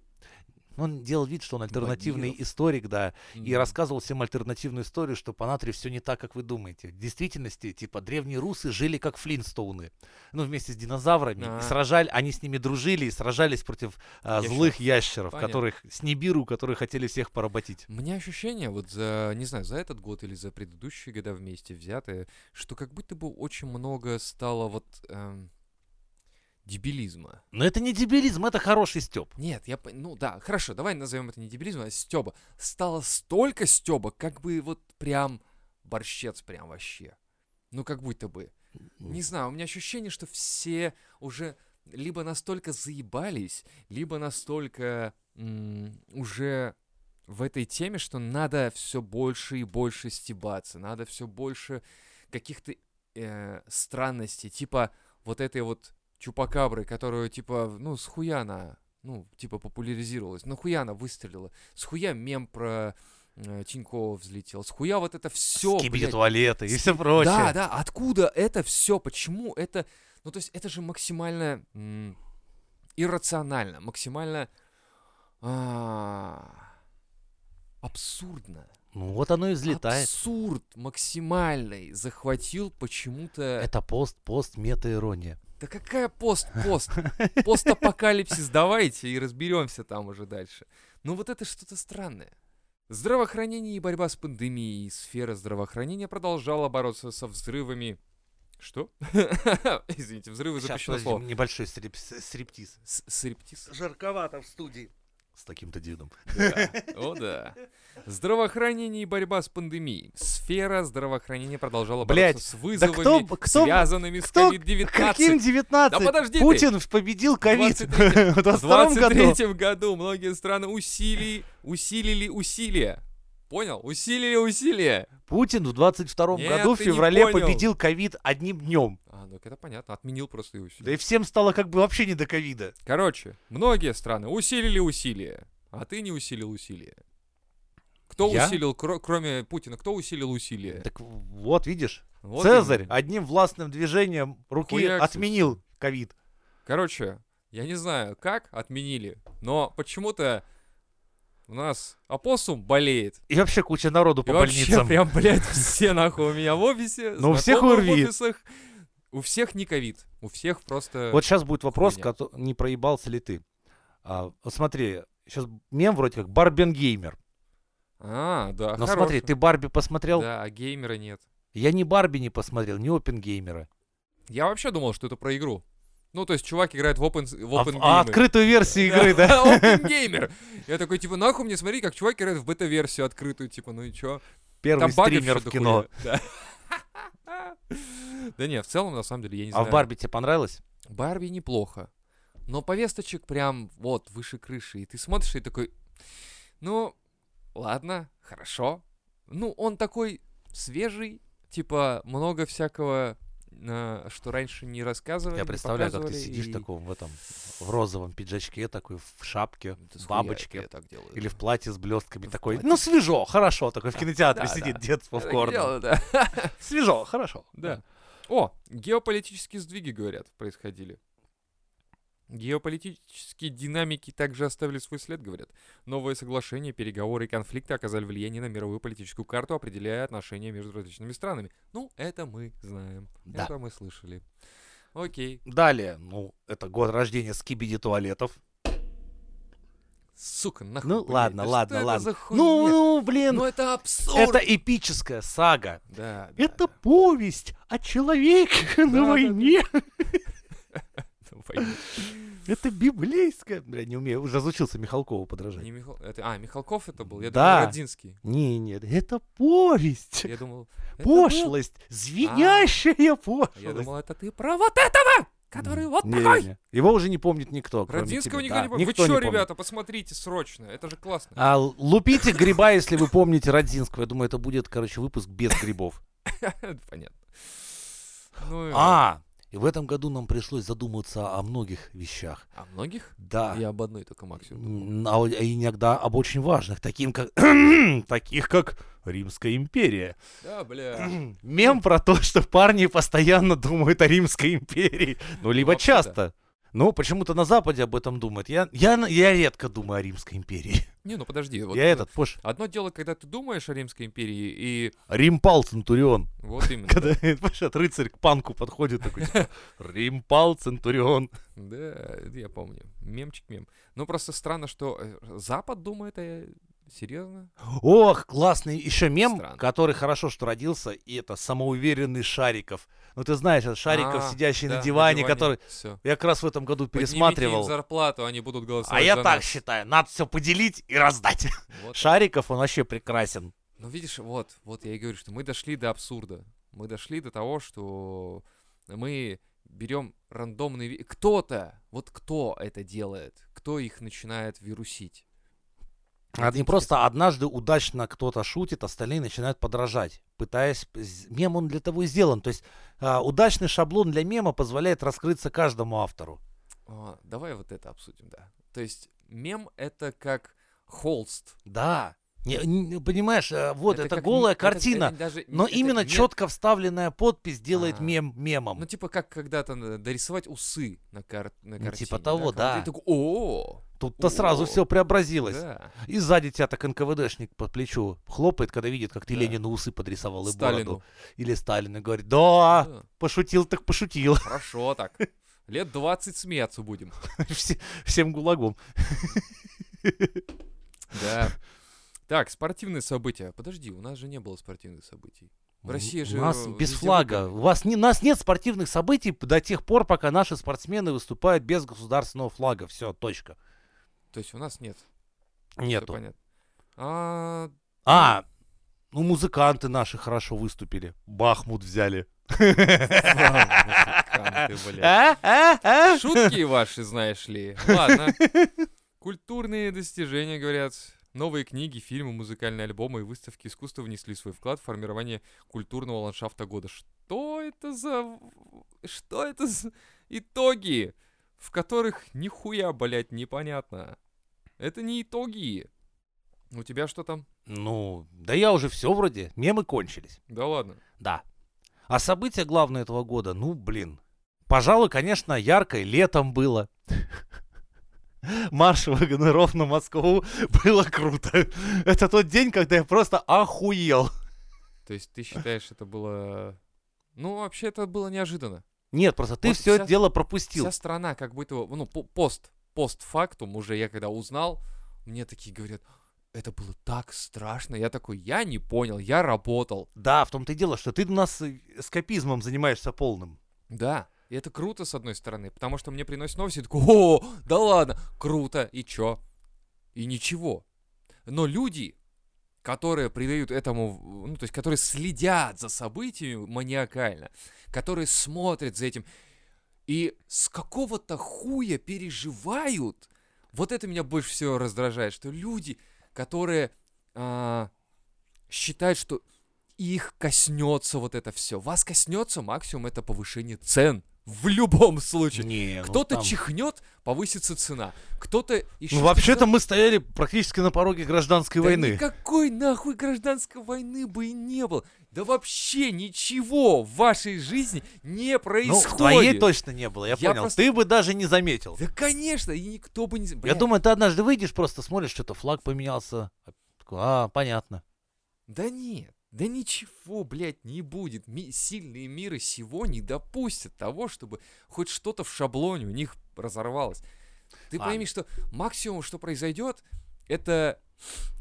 Speaker 1: он делал вид, что он альтернативный
Speaker 2: Багиров.
Speaker 1: историк, да, и
Speaker 2: М.
Speaker 1: рассказывал всем альтернативную историю, что по натри все не так, как вы думаете. В действительности, типа, древние русы жили как флинстоуны, ну, вместе с динозаврами,
Speaker 2: А.
Speaker 1: и сражали, они с ними дружили и сражались против а,
Speaker 2: Ящеров.
Speaker 1: злых ящеров,
Speaker 2: Понятно.
Speaker 1: которых, с Нибиру, которые хотели всех поработить.
Speaker 2: У меня ощущение, вот за, не знаю, за этот год или за предыдущие года вместе взятые, что как будто бы очень много стало вот эм, дебилизма.
Speaker 1: Но это не дебилизм, это хороший степ.
Speaker 2: Нет, я... пон- Ну да, хорошо, давай назовем это не дебилизмом, а стеба. Стало столько стеба, как бы вот прям борщец прям вообще. Ну как будто бы. Не знаю, у меня ощущение, что все уже либо настолько заебались, либо настолько м, уже в этой теме, что надо все больше и больше стебаться, надо все больше каких-то э, странностей, типа вот этой вот чупакабры, которую типа, ну, схуя она, ну, типа популяризировалась, ну, хуя она выстрелила, схуя мем про э, Тинькова взлетел, схуя вот это все,
Speaker 1: Скибиди туалеты и все прочее.
Speaker 2: да, да, откуда это все, почему это... Ну, то есть это же максимально м, иррационально, максимально а, абсурдно.
Speaker 1: Ну вот оно и взлетает.
Speaker 2: Абсурд максимальный захватил почему-то...
Speaker 1: Это пост, пост, мета-ирония.
Speaker 2: Да какая пост-пост? Постапокалипсис давайте и разберемся там уже дальше. Ну вот это что-то странное. Здравоохранение и борьба с пандемией. Сфера здравоохранения продолжала бороться со взрывами... Что? *laughs* Извините, взрывы
Speaker 1: Щас,
Speaker 2: запрещено
Speaker 1: подожди,
Speaker 2: слово.
Speaker 1: небольшой среп- с- стриптиз.
Speaker 2: С- Срептиз.
Speaker 1: Жарковато в студии. С таким-то дедом.
Speaker 2: Да. О, да. Здравоохранение и борьба с пандемией. Сфера здравоохранения продолжала
Speaker 1: Блядь,
Speaker 2: бороться с
Speaker 1: да кто
Speaker 2: вызовами,
Speaker 1: б- кто б-
Speaker 2: связанными с
Speaker 1: кто-
Speaker 2: COVID-19.
Speaker 1: Каким 19?
Speaker 2: Да подожди ты.
Speaker 1: Путин победил ковид *laughs* в 22 году.
Speaker 2: 23 году многие страны усилили, усилили усилия. Понял? Усилили усилия.
Speaker 1: Путин в 22
Speaker 2: Нет,
Speaker 1: году в
Speaker 2: ты не
Speaker 1: феврале
Speaker 2: понял.
Speaker 1: победил ковид одним днем.
Speaker 2: А, ну это понятно, отменил просто и усилия.
Speaker 1: Да и всем стало как бы вообще не до ковида.
Speaker 2: Короче, многие страны усилили усилия, а ты не усилил усилия. Кто
Speaker 1: Я?
Speaker 2: усилил, кро- кроме Путина, кто усилил усилия?
Speaker 1: Так вот, видишь,
Speaker 2: Вот
Speaker 1: Цезарь
Speaker 2: именно.
Speaker 1: одним властным движением руки
Speaker 2: Хуяксис.
Speaker 1: отменил ковид.
Speaker 2: Короче, я не знаю, как отменили, но почему-то у нас опоссум болеет.
Speaker 1: И вообще куча народу
Speaker 2: И
Speaker 1: по
Speaker 2: вообще
Speaker 1: больницам.
Speaker 2: прям, блядь, все нахуй у меня в офисе.
Speaker 1: Ну, у всех
Speaker 2: знакомые
Speaker 1: ОРВИ.
Speaker 2: В офисах. У всех не ковид. У всех просто...
Speaker 1: Вот сейчас будет вопрос,
Speaker 2: хуйня.
Speaker 1: кото- не проебался ли ты. А, вот смотри, сейчас мем вроде как Барбенгеймер.
Speaker 2: А, да,
Speaker 1: Но
Speaker 2: хороший.
Speaker 1: смотри, ты Барби посмотрел?
Speaker 2: Да, а геймера нет.
Speaker 1: Я ни Барби не посмотрел, ни Опенгеймера.
Speaker 2: Я вообще думал, что это про игру. Ну, то есть чувак играет в open, в
Speaker 1: А,
Speaker 2: open
Speaker 1: а открытую версию игры, да?
Speaker 2: *laughs* геймер. Я такой, типа, нахуй мне смотри, как чувак играет в бета-версию открытую, типа, ну и чё?
Speaker 1: Первый
Speaker 2: Там багов
Speaker 1: стример
Speaker 2: ещё
Speaker 1: в кино.
Speaker 2: дохуя. Да. *laughs* Да не, в целом, на самом деле, я не
Speaker 1: А
Speaker 2: знаю.
Speaker 1: в Барби тебе понравилось?
Speaker 2: Барби неплохо. Но повесточек прям вот выше крыши. И ты смотришь и такой, ну, ладно, хорошо. Ну, он такой свежий, типа много всякого, э, что раньше не рассказывали.
Speaker 1: Я
Speaker 2: Ну, не
Speaker 1: представляю, как ты
Speaker 2: показывали,
Speaker 1: сидишь
Speaker 2: и-
Speaker 1: в таком в этом в розовом пиджачке, такой в шапке,
Speaker 2: Да
Speaker 1: в
Speaker 2: схуя это
Speaker 1: бабочке
Speaker 2: я так делаю.
Speaker 1: или в платье с блестками
Speaker 2: В
Speaker 1: такой.
Speaker 2: платье.
Speaker 1: Ну свежо, хорошо, такой в кинотеатре
Speaker 2: *laughs* да,
Speaker 1: сидит
Speaker 2: да.
Speaker 1: дед с
Speaker 2: Я так
Speaker 1: попкорном.
Speaker 2: делаю, да.
Speaker 1: Свежо, хорошо.
Speaker 2: Да. О, геополитические сдвиги, говорят, происходили. Геополитические динамики также оставили свой след, говорят. Новые соглашения, переговоры и конфликты оказали влияние на мировую политическую карту, определяя отношения между различными странами. Ну, это мы знаем.
Speaker 1: Да.
Speaker 2: Это мы слышали. Окей.
Speaker 1: Далее, ну, это год рождения скибиди туалетов.
Speaker 2: Сука, нахуй.
Speaker 1: Ну,
Speaker 2: блядь,
Speaker 1: ладно,
Speaker 2: да
Speaker 1: ладно,
Speaker 2: что это
Speaker 1: ладно.
Speaker 2: за
Speaker 1: Ну,
Speaker 2: хуйня?
Speaker 1: ну, блин,
Speaker 2: Ну, это абсурд.
Speaker 1: это эпическая сага.
Speaker 2: Да, да,
Speaker 1: Это
Speaker 2: да.
Speaker 1: повесть о человеке *laughs*
Speaker 2: Да, да,
Speaker 1: на войне.
Speaker 2: Ну,
Speaker 1: *laughs*
Speaker 2: пойми.
Speaker 1: Это библейская. Бля, не умею, уже разучился Михалкову подражать.
Speaker 2: Не Михал- это- А, Михалков это был? Я
Speaker 1: Да.
Speaker 2: думал, Родзинский.
Speaker 1: Не, нет, это повесть.
Speaker 2: Я думал... это был
Speaker 1: Пошлость, звенящая
Speaker 2: А Я
Speaker 1: пошлость.
Speaker 2: думал, это ты про вот этого, который вот
Speaker 1: Не,
Speaker 2: такой.
Speaker 1: не. Его уже не помнит никто. кроме тебя.
Speaker 2: Родзинского никто
Speaker 1: Да,
Speaker 2: не помнит. Вы
Speaker 1: никто
Speaker 2: чё,
Speaker 1: не помнит.
Speaker 2: ребята, посмотрите срочно, это же классно.
Speaker 1: А, л- лупите гриба, если вы помните Родзинского. Я думаю,
Speaker 2: *laughs*
Speaker 1: это будет, короче, выпуск без грибов.
Speaker 2: Понятно. Ну, и-
Speaker 1: А, И в этом году нам пришлось задуматься о многих вещах.
Speaker 2: А многих?
Speaker 1: Да.
Speaker 2: Я об одной только максимум.
Speaker 1: М, а о- и иногда об очень важных, таким как... *clears throat* таких как Римская
Speaker 2: *clears throat*
Speaker 1: империя. *clears throat*
Speaker 2: Да, бля.
Speaker 1: Мем про то, что парни постоянно думают о Римской империи. Ну, либо
Speaker 2: вообще да.
Speaker 1: часто. Ну, почему-то на Западе об этом думают. Я, я, на- я редко думаю о Римской империи.
Speaker 2: Не, ну подожди. Вот
Speaker 1: я
Speaker 2: э,
Speaker 1: этот, пош,
Speaker 2: Одно дело, когда ты думаешь о Римской империи, и
Speaker 1: Римпал Центурион.
Speaker 2: вот именно.
Speaker 1: *laughs* Когда, понимаешь, этот рыцарь к панку подходит такой,
Speaker 2: *laughs*
Speaker 1: типа, Римпал Центурион.
Speaker 2: Да, это я помню. Мемчик мем. Ну просто странно, что э, Запад думает о... Серьезно?
Speaker 1: Ох, классный еще мем,
Speaker 2: Странно.
Speaker 1: который хорошо, что родился, и это самоуверенный Шариков. Ну, ты знаешь, этот Шариков,
Speaker 2: А,
Speaker 1: сидящий
Speaker 2: да,
Speaker 1: на диване, который...
Speaker 2: Все.
Speaker 1: Я как раз в этом году пересматривал.
Speaker 2: зарплату, они будут голосовать
Speaker 1: А я
Speaker 2: за
Speaker 1: так
Speaker 2: нас.
Speaker 1: считаю, надо все поделить и раздать.
Speaker 2: Вот так.
Speaker 1: Шариков, он вообще прекрасен.
Speaker 2: Ну, видишь, вот, вот я и говорю, что мы дошли до абсурда. Мы дошли до того, что мы берем рандомные... ви- Кто-то, вот кто это делает, кто их начинает вирусить.
Speaker 1: А Не просто однажды удачно кто-то шутит, остальные начинают подражать, пытаясь... п- с- Мем он для того и сделан. То есть а, удачный шаблон для мема позволяет раскрыться каждому автору.
Speaker 2: А, давай вот это обсудим, да. То есть мем — это как холст.
Speaker 1: Да. Не- не- понимаешь, э, вот это,
Speaker 2: как ми-
Speaker 1: голая
Speaker 2: это-
Speaker 1: картина.
Speaker 2: это даже не-
Speaker 1: Но
Speaker 2: это
Speaker 1: именно
Speaker 2: не-
Speaker 1: четко вставленная подпись делает
Speaker 2: А.
Speaker 1: мем мемом.
Speaker 2: Ну, типа, как когда-то надо дорисовать усы на, кар... на
Speaker 1: Ну,
Speaker 2: картине.
Speaker 1: типа того,
Speaker 2: когда
Speaker 1: да.
Speaker 2: Ты такой, о
Speaker 1: Тут-то сразу
Speaker 2: о,
Speaker 1: все преобразилось.
Speaker 2: да.
Speaker 1: И сзади тебя так НКВДшник по плечу хлопает, когда видит, как ты
Speaker 2: Да.
Speaker 1: Ленину усы подрисовал и
Speaker 2: Сталину.
Speaker 1: бороду. А! Или Сталину. и Говорит, да,
Speaker 2: Да.
Speaker 1: пошутил так пошутил. *laughs*
Speaker 2: Хорошо так. Лет 20 смеяться будем.
Speaker 1: Все- всем гулагом.
Speaker 2: Да. Так, спортивные события. Подожди, у нас же не было спортивных событий. В России же
Speaker 1: У нас
Speaker 2: везде
Speaker 1: без
Speaker 2: выборы.
Speaker 1: флага. У вас не, нас нет спортивных событий до тех пор, пока наши спортсмены выступают без государственного флага. Все, точка.
Speaker 2: То есть у нас нет. всё
Speaker 1: Нету.
Speaker 2: понятно. А,
Speaker 1: А, ну музыканты наши хорошо выступили. Бахмут взяли.
Speaker 2: музыканты, блядь.
Speaker 1: А? А? А?
Speaker 2: Шутки ваши, знаешь ли. Ладно. Культурные достижения, говорят. Новые книги, фильмы, музыкальные альбомы и выставки искусства внесли свой вклад в формирование культурного ландшафта года. Что это за... в- Что это за итоги, в которых нихуя, блядь, непонятно? Это не итоги. У тебя что там?
Speaker 1: Ну, да я уже все вроде. Мемы кончились.
Speaker 2: Да ладно.
Speaker 1: Да. А события главные этого года, ну, блин. Пожалуй, конечно, яркое летом было. Марш вагонеров на Москву было круто. Это тот день, когда я просто охуел.
Speaker 2: То есть ты считаешь, это было... Ну, вообще, это было неожиданно.
Speaker 1: Нет, просто ты
Speaker 2: Вот
Speaker 1: все это
Speaker 2: вся-
Speaker 1: дело пропустил.
Speaker 2: Вся страна как будто, бы, ну, по- пост, постфактум уже я когда узнал, мне такие говорят, это было так страшно. Я такой, я не понял, я работал.
Speaker 1: Да, в том-то и дело, что ты у нас э, эскапизмом занимаешься полным.
Speaker 2: Да, и это круто, с одной стороны, потому что мне приносят новости, я такой, о, да ладно, круто, и чё? И ничего. Но люди, которые придают этому, в- ну, то есть, которые следят за событиями маниакально, которые смотрят за этим, и с какого-то хуя переживают, вот это меня больше всего раздражает, что люди, которые а, считают, что их коснется вот это все. Вас коснется максимум это повышение цен. В любом случае.
Speaker 1: Не, ну
Speaker 2: Кто-то
Speaker 1: там-
Speaker 2: чихнет, повысится цена. Кто-то еще.
Speaker 1: Ну, вообще-то мы стояли практически на пороге гражданской
Speaker 2: Да
Speaker 1: войны.
Speaker 2: Никакой нахуй гражданской войны бы и не было. Да вообще ничего в вашей жизни не
Speaker 1: Ну,
Speaker 2: происходит.
Speaker 1: в твоей точно не было, я,
Speaker 2: Я
Speaker 1: понял.
Speaker 2: просто-
Speaker 1: Ты бы даже не заметил.
Speaker 2: Да конечно, и никто бы не... з-
Speaker 1: Я
Speaker 2: Блядь,
Speaker 1: думаю, ты однажды выйдешь, просто смотришь, что-то флаг поменялся. Такой, А, понятно.
Speaker 2: Да нет, да ничего, блядь, не будет. Ми- сильные миры сего не допустят того, чтобы хоть что-то в шаблоне у них разорвалось. Ты
Speaker 1: Ладно.
Speaker 2: пойми, что максимум, что произойдет, это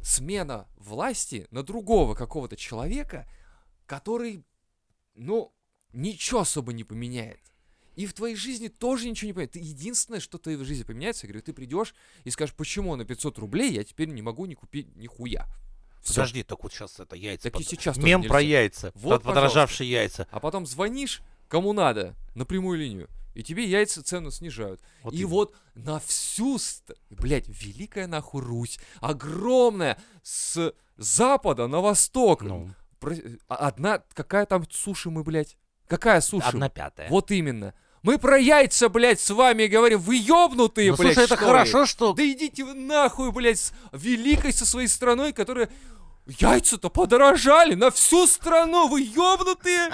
Speaker 2: смена власти на другого какого-то человека, который, ну, ничего особо не поменяет. И в твоей жизни тоже ничего не поменяет. Ты- Единственное, что в твоей жизни поменяется, я говорю, ты придешь и скажешь, почему на 500 рублей я теперь не могу не купить нихуя. Всё.
Speaker 1: Подожди, так вот сейчас это яйца.
Speaker 2: Так и
Speaker 1: под-
Speaker 2: сейчас тоже
Speaker 1: Мем
Speaker 2: нельзя.
Speaker 1: про яйца.
Speaker 2: Вот,
Speaker 1: под- подорожавшие яйца.
Speaker 2: А потом звонишь, кому надо, на прямую линию, и тебе яйца цену снижают. и
Speaker 1: именно.
Speaker 2: вот на всю, ст- блядь, великая нахуй Русь, огромная, с запада на восток.
Speaker 1: Ну.
Speaker 2: Про- а- Одна, какая там суши мы, блядь? Какая суши?
Speaker 1: Одна пятая.
Speaker 2: Вот именно. Мы про яйца, блядь, с вами говорим. Вы ёбнутые,
Speaker 1: Ну,
Speaker 2: блядь,
Speaker 1: слушай, это
Speaker 2: что ли?
Speaker 1: хорошо, что...
Speaker 2: Да идите вы нахуй, блядь, с великой со своей страной, которая... Яйца-то подорожали на всю страну, вы ёбнутые!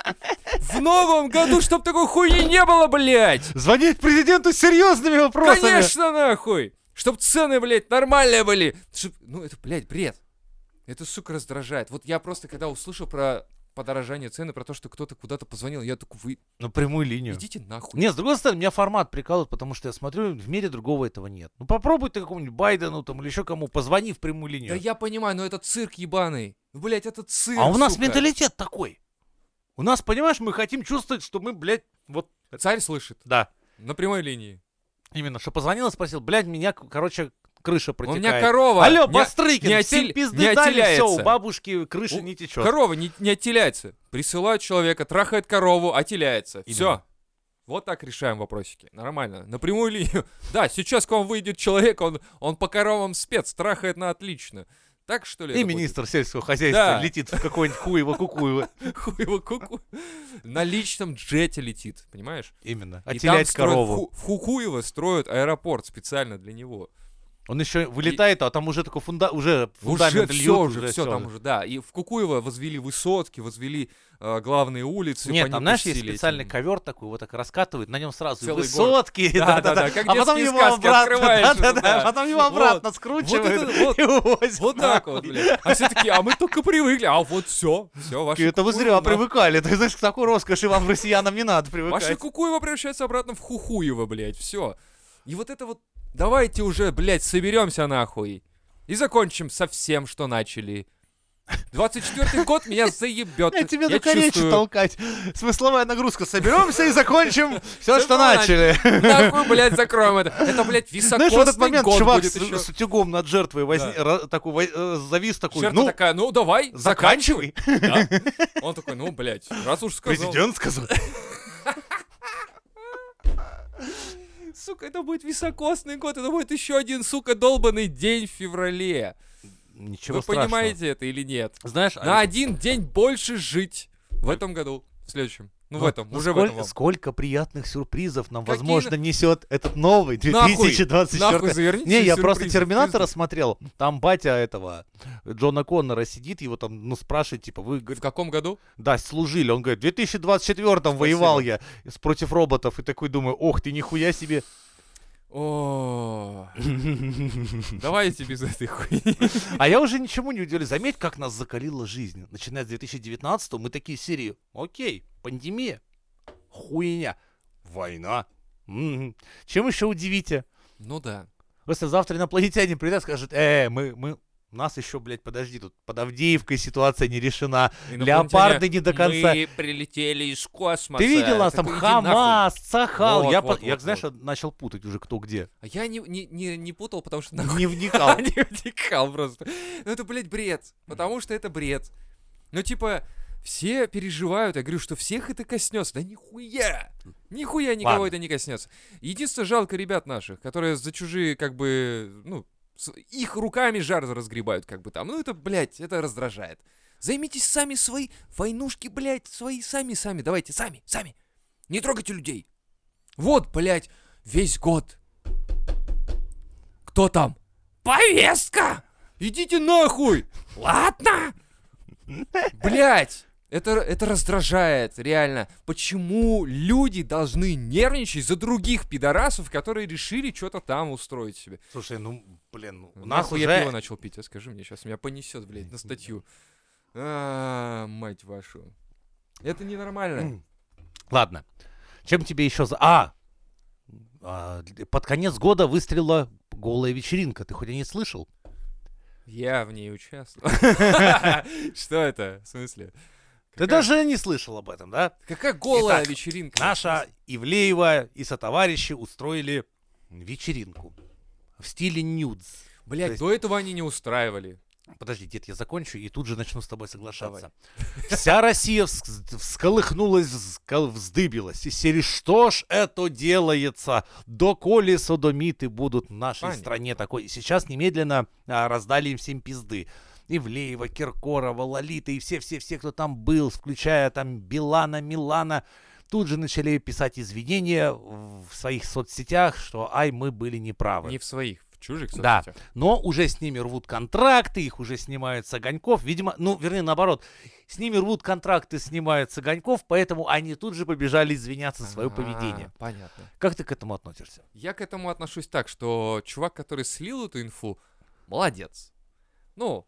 Speaker 2: В новом году, чтоб такой хуйни не было, блядь!
Speaker 1: Звонить президенту с серьезными вопросами.
Speaker 2: Конечно, нахуй! Чтоб цены, блядь, нормальные были! Чтоб- Ну, это, блядь, бред. Это, сука, раздражает. Вот я просто, когда услышал про подорожание цены, про то, что кто-то куда-то позвонил, я такой, вы
Speaker 1: Ну, прямую линию.
Speaker 2: идите нахуй.
Speaker 1: Не, с другой стороны, меня формат прикалывает, потому что я смотрю, в мире другого этого нет. Ну попробуй ты какому-нибудь Байдену там или еще кому, позвони в прямую линию.
Speaker 2: Да я понимаю, но это цирк ебаный. Блять, это цирк,
Speaker 1: а у нас
Speaker 2: сука.
Speaker 1: менталитет такой. У нас, понимаешь, мы хотим чувствовать, что мы, блядь, вот...
Speaker 2: Царь слышит.
Speaker 1: Да,
Speaker 2: На прямой линии.
Speaker 1: именно, что позвонил и спросил, блядь, меня, к- короче, крыша
Speaker 2: У
Speaker 1: протекает.
Speaker 2: меня корова.
Speaker 1: Алло,
Speaker 2: не-
Speaker 1: Бастрыкин,
Speaker 2: не
Speaker 1: всем
Speaker 2: отель-
Speaker 1: пизды
Speaker 2: не
Speaker 1: дали, все, у
Speaker 2: отеляется.
Speaker 1: бабушки крыша
Speaker 2: У-
Speaker 1: не течет.
Speaker 2: Корова не, не отеляется. Присылают человека, трахает корову, отеляется.
Speaker 1: Именно.
Speaker 2: Все. Вот так решаем вопросики. Нормально. На прямую линию. *laughs* Да, сейчас к вам выйдет человек, он, он по коровам спец, трахает на отлично. Так что ли?
Speaker 1: И
Speaker 2: это будет?
Speaker 1: министр сельского хозяйства
Speaker 2: Да.
Speaker 1: летит в какой-нибудь хуево кукуево
Speaker 2: *laughs* Хуй его куку. На личном джете летит, понимаешь?
Speaker 1: Именно.
Speaker 2: И там
Speaker 1: Отелять
Speaker 2: строят
Speaker 1: корову.
Speaker 2: в Ху- в Хукуево строят аэропорт специально для него.
Speaker 1: Он еще вылетает, а там уже такой фунда... уже
Speaker 2: Уже
Speaker 1: фундамент льет,
Speaker 2: все, уже все,
Speaker 1: всё.
Speaker 2: там уже, да. И в Кукуево возвели высотки, возвели э, главные улицы.
Speaker 1: Нет,
Speaker 2: по
Speaker 1: там,
Speaker 2: ним
Speaker 1: знаешь, есть
Speaker 2: пустили эти-
Speaker 1: специальный ковер такой, вот так раскатывают, на нем сразу и
Speaker 2: Целый город.
Speaker 1: высотки, *laughs*
Speaker 2: Да, да, да,
Speaker 1: да-да-да,
Speaker 2: как
Speaker 1: а потом
Speaker 2: детские
Speaker 1: его
Speaker 2: сказки,
Speaker 1: обратно,
Speaker 2: открываешь уже,
Speaker 1: да-да-да,
Speaker 2: да.
Speaker 1: а потом его
Speaker 2: Вот.
Speaker 1: обратно
Speaker 2: Вот
Speaker 1: скручивают
Speaker 2: это вот.
Speaker 1: *laughs* и увозят.
Speaker 2: *laughs* Вот так вот,
Speaker 1: нахуй.
Speaker 2: блядь. А все такие, а мы только привыкли. А вот все, все, ваше
Speaker 1: Это вы зря
Speaker 2: Кукуево, на-
Speaker 1: привыкали, ты знаешь, к такой роскоши вам, россиянам, не надо
Speaker 2: Ваше
Speaker 1: привыкать.
Speaker 2: Кукуево превращается обратно в Хухуево, блядь, все. И вот это вот, давайте уже, блядь, соберемся нахуй. И закончим со всем, что начали. 24-й год меня заебет.
Speaker 1: Я тебе только речи
Speaker 2: чувствую.
Speaker 1: толкать. Смысловая нагрузка. Соберемся и
Speaker 2: *laughs*
Speaker 1: закончим все, что
Speaker 2: Всё
Speaker 1: начали.
Speaker 2: Нахуй, блядь, закроем это. Это,
Speaker 1: *laughs*
Speaker 2: блядь,
Speaker 1: Знаешь, в этот
Speaker 2: високосный
Speaker 1: момент
Speaker 2: год
Speaker 1: чувак
Speaker 2: будет
Speaker 1: с,
Speaker 2: еще.
Speaker 1: с утюгом над жертвой возни- ра- такой, во- э, завис такой,
Speaker 2: Черта
Speaker 1: ну,
Speaker 2: такая, ну давай, заканчивай.
Speaker 1: заканчивай.
Speaker 2: Да. Он такой, ну, блядь,
Speaker 1: *laughs*
Speaker 2: раз уж сказал.
Speaker 1: Президент сказал.
Speaker 2: Сука, это будет високосный год, это будет еще один, сука, долбанный день в феврале.
Speaker 1: Ничего
Speaker 2: Вы
Speaker 1: страшного.
Speaker 2: понимаете это или нет?
Speaker 1: Знаешь,
Speaker 2: На один день больше жить в этом году, в следующем. Ну, в этом, уже в
Speaker 1: сколь-
Speaker 2: этом вам.
Speaker 1: Сколько приятных сюрпризов нам,
Speaker 2: Какие
Speaker 1: возможно, несет этот новый
Speaker 2: Нахуй,
Speaker 1: 2024
Speaker 2: Нахуй заверните
Speaker 1: Не,
Speaker 2: все
Speaker 1: я просто
Speaker 2: сюрпризы,
Speaker 1: Терминатора смотрел. Там батя этого Джона Коннора сидит, его там, ну, спрашивает, типа, вы,
Speaker 2: пиздец. В
Speaker 1: говорит,
Speaker 2: каком году?
Speaker 1: да, служили. Он говорит, в 2024 воевал я с- против роботов. И такой думаю, ох ты, нихуя
Speaker 2: *laughs*
Speaker 1: себе. *laughs*
Speaker 2: О, давайте без этой хуйни.
Speaker 1: А я уже ничему не удивлюсь. Заметь, как нас закалила жизнь. Начиная с 2019 мы такие серии. Окей, пандемия. Хуйня. Война. М. Чем еще удивите?
Speaker 2: Ну да.
Speaker 1: Просто завтра инопланетяне придут и скажут, э, мы, мы, у нас еще, блядь, подожди, тут под Авдеевкой ситуация не решена. Леопарды не до конца.
Speaker 2: Мы прилетели из космоса.
Speaker 1: Ты видел нас там?
Speaker 2: Такой, «Иди нахуй».
Speaker 1: Хамас, Сахал.
Speaker 2: Вот,
Speaker 1: я,
Speaker 2: вот,
Speaker 1: по- я,
Speaker 2: вот,
Speaker 1: знаешь, начал путать уже кто где.
Speaker 2: А я не, не, не, не путал, потому что нахуй
Speaker 1: Не
Speaker 2: *laughs*
Speaker 1: вникал.
Speaker 2: не вникал просто. Ну это, блядь, бред. Потому что это бред. Ну типа, все переживают. Я говорю, что всех это коснется. Да нихуя! Нихуя никого
Speaker 1: Ладно.
Speaker 2: это не коснется. Единственное, жалко ребят наших, которые за чужие, как бы, ну, с- их руками жар разгребают, как бы там. Ну это, блядь, это раздражает. Займитесь сами свои войнушки, блядь, свои сами-сами. Давайте, сами, сами. Не трогайте людей. Вот, блядь, весь год. Кто там? Повестка! Идите нахуй! Ладно! Блять! Это, это раздражает, реально. Почему люди должны нервничать за других пидорасов, которые решили что-то там устроить себе?
Speaker 1: Слушай, ну, блин, ну, у нас
Speaker 2: Нахуй я пиво
Speaker 1: уже...
Speaker 2: начал пить, а скажи мне, сейчас меня понесет, блядь, на статью. А, мать вашу. Это ненормально.
Speaker 1: М. Ладно. Чем тебе еще за... А! А, д- Под конец года выстрела голая вечеринка. Ты хоть и не слышал?
Speaker 2: Я в ней участвую. *laughs* Что это? В смысле?
Speaker 1: Ты
Speaker 2: Какая-
Speaker 1: даже не слышал об этом, да?
Speaker 2: Какая голая
Speaker 1: Итак,
Speaker 2: вечеринка?
Speaker 1: Наша Ивлеева и сотоварищи устроили вечеринку в стиле нюдс. то
Speaker 2: Блять,
Speaker 1: есть-
Speaker 2: до этого они не устраивали.
Speaker 1: Подожди, дед, я закончу и тут же начну с тобой соглашаться. *laughs* Вся Россия вс- всколыхнулась, взкол- вздыбилась. И серии, что ж это делается? Доколе содомиты будут в нашей
Speaker 2: Понятно.
Speaker 1: стране такой? И сейчас немедленно а, раздали им всем пизды. Ивлеева, Киркорова, Лолита и все-все-все, кто там был, включая там Билана, Милана, тут же начали писать извинения в своих соцсетях, что ай, мы были неправы.
Speaker 2: Не в своих, в чужих
Speaker 1: А Да.
Speaker 2: соцсетях.
Speaker 1: Но уже с ними рвут контракты, их уже снимают с огоньков. Видимо, ну, вернее, наоборот, с ними рвут контракты, снимают с огоньков, поэтому они тут же побежали извиняться за свое
Speaker 2: А,
Speaker 1: поведение.
Speaker 2: Понятно.
Speaker 1: Как ты к этому относишься?
Speaker 2: Я к этому отношусь так, что чувак, который слил эту инфу, молодец. Ну,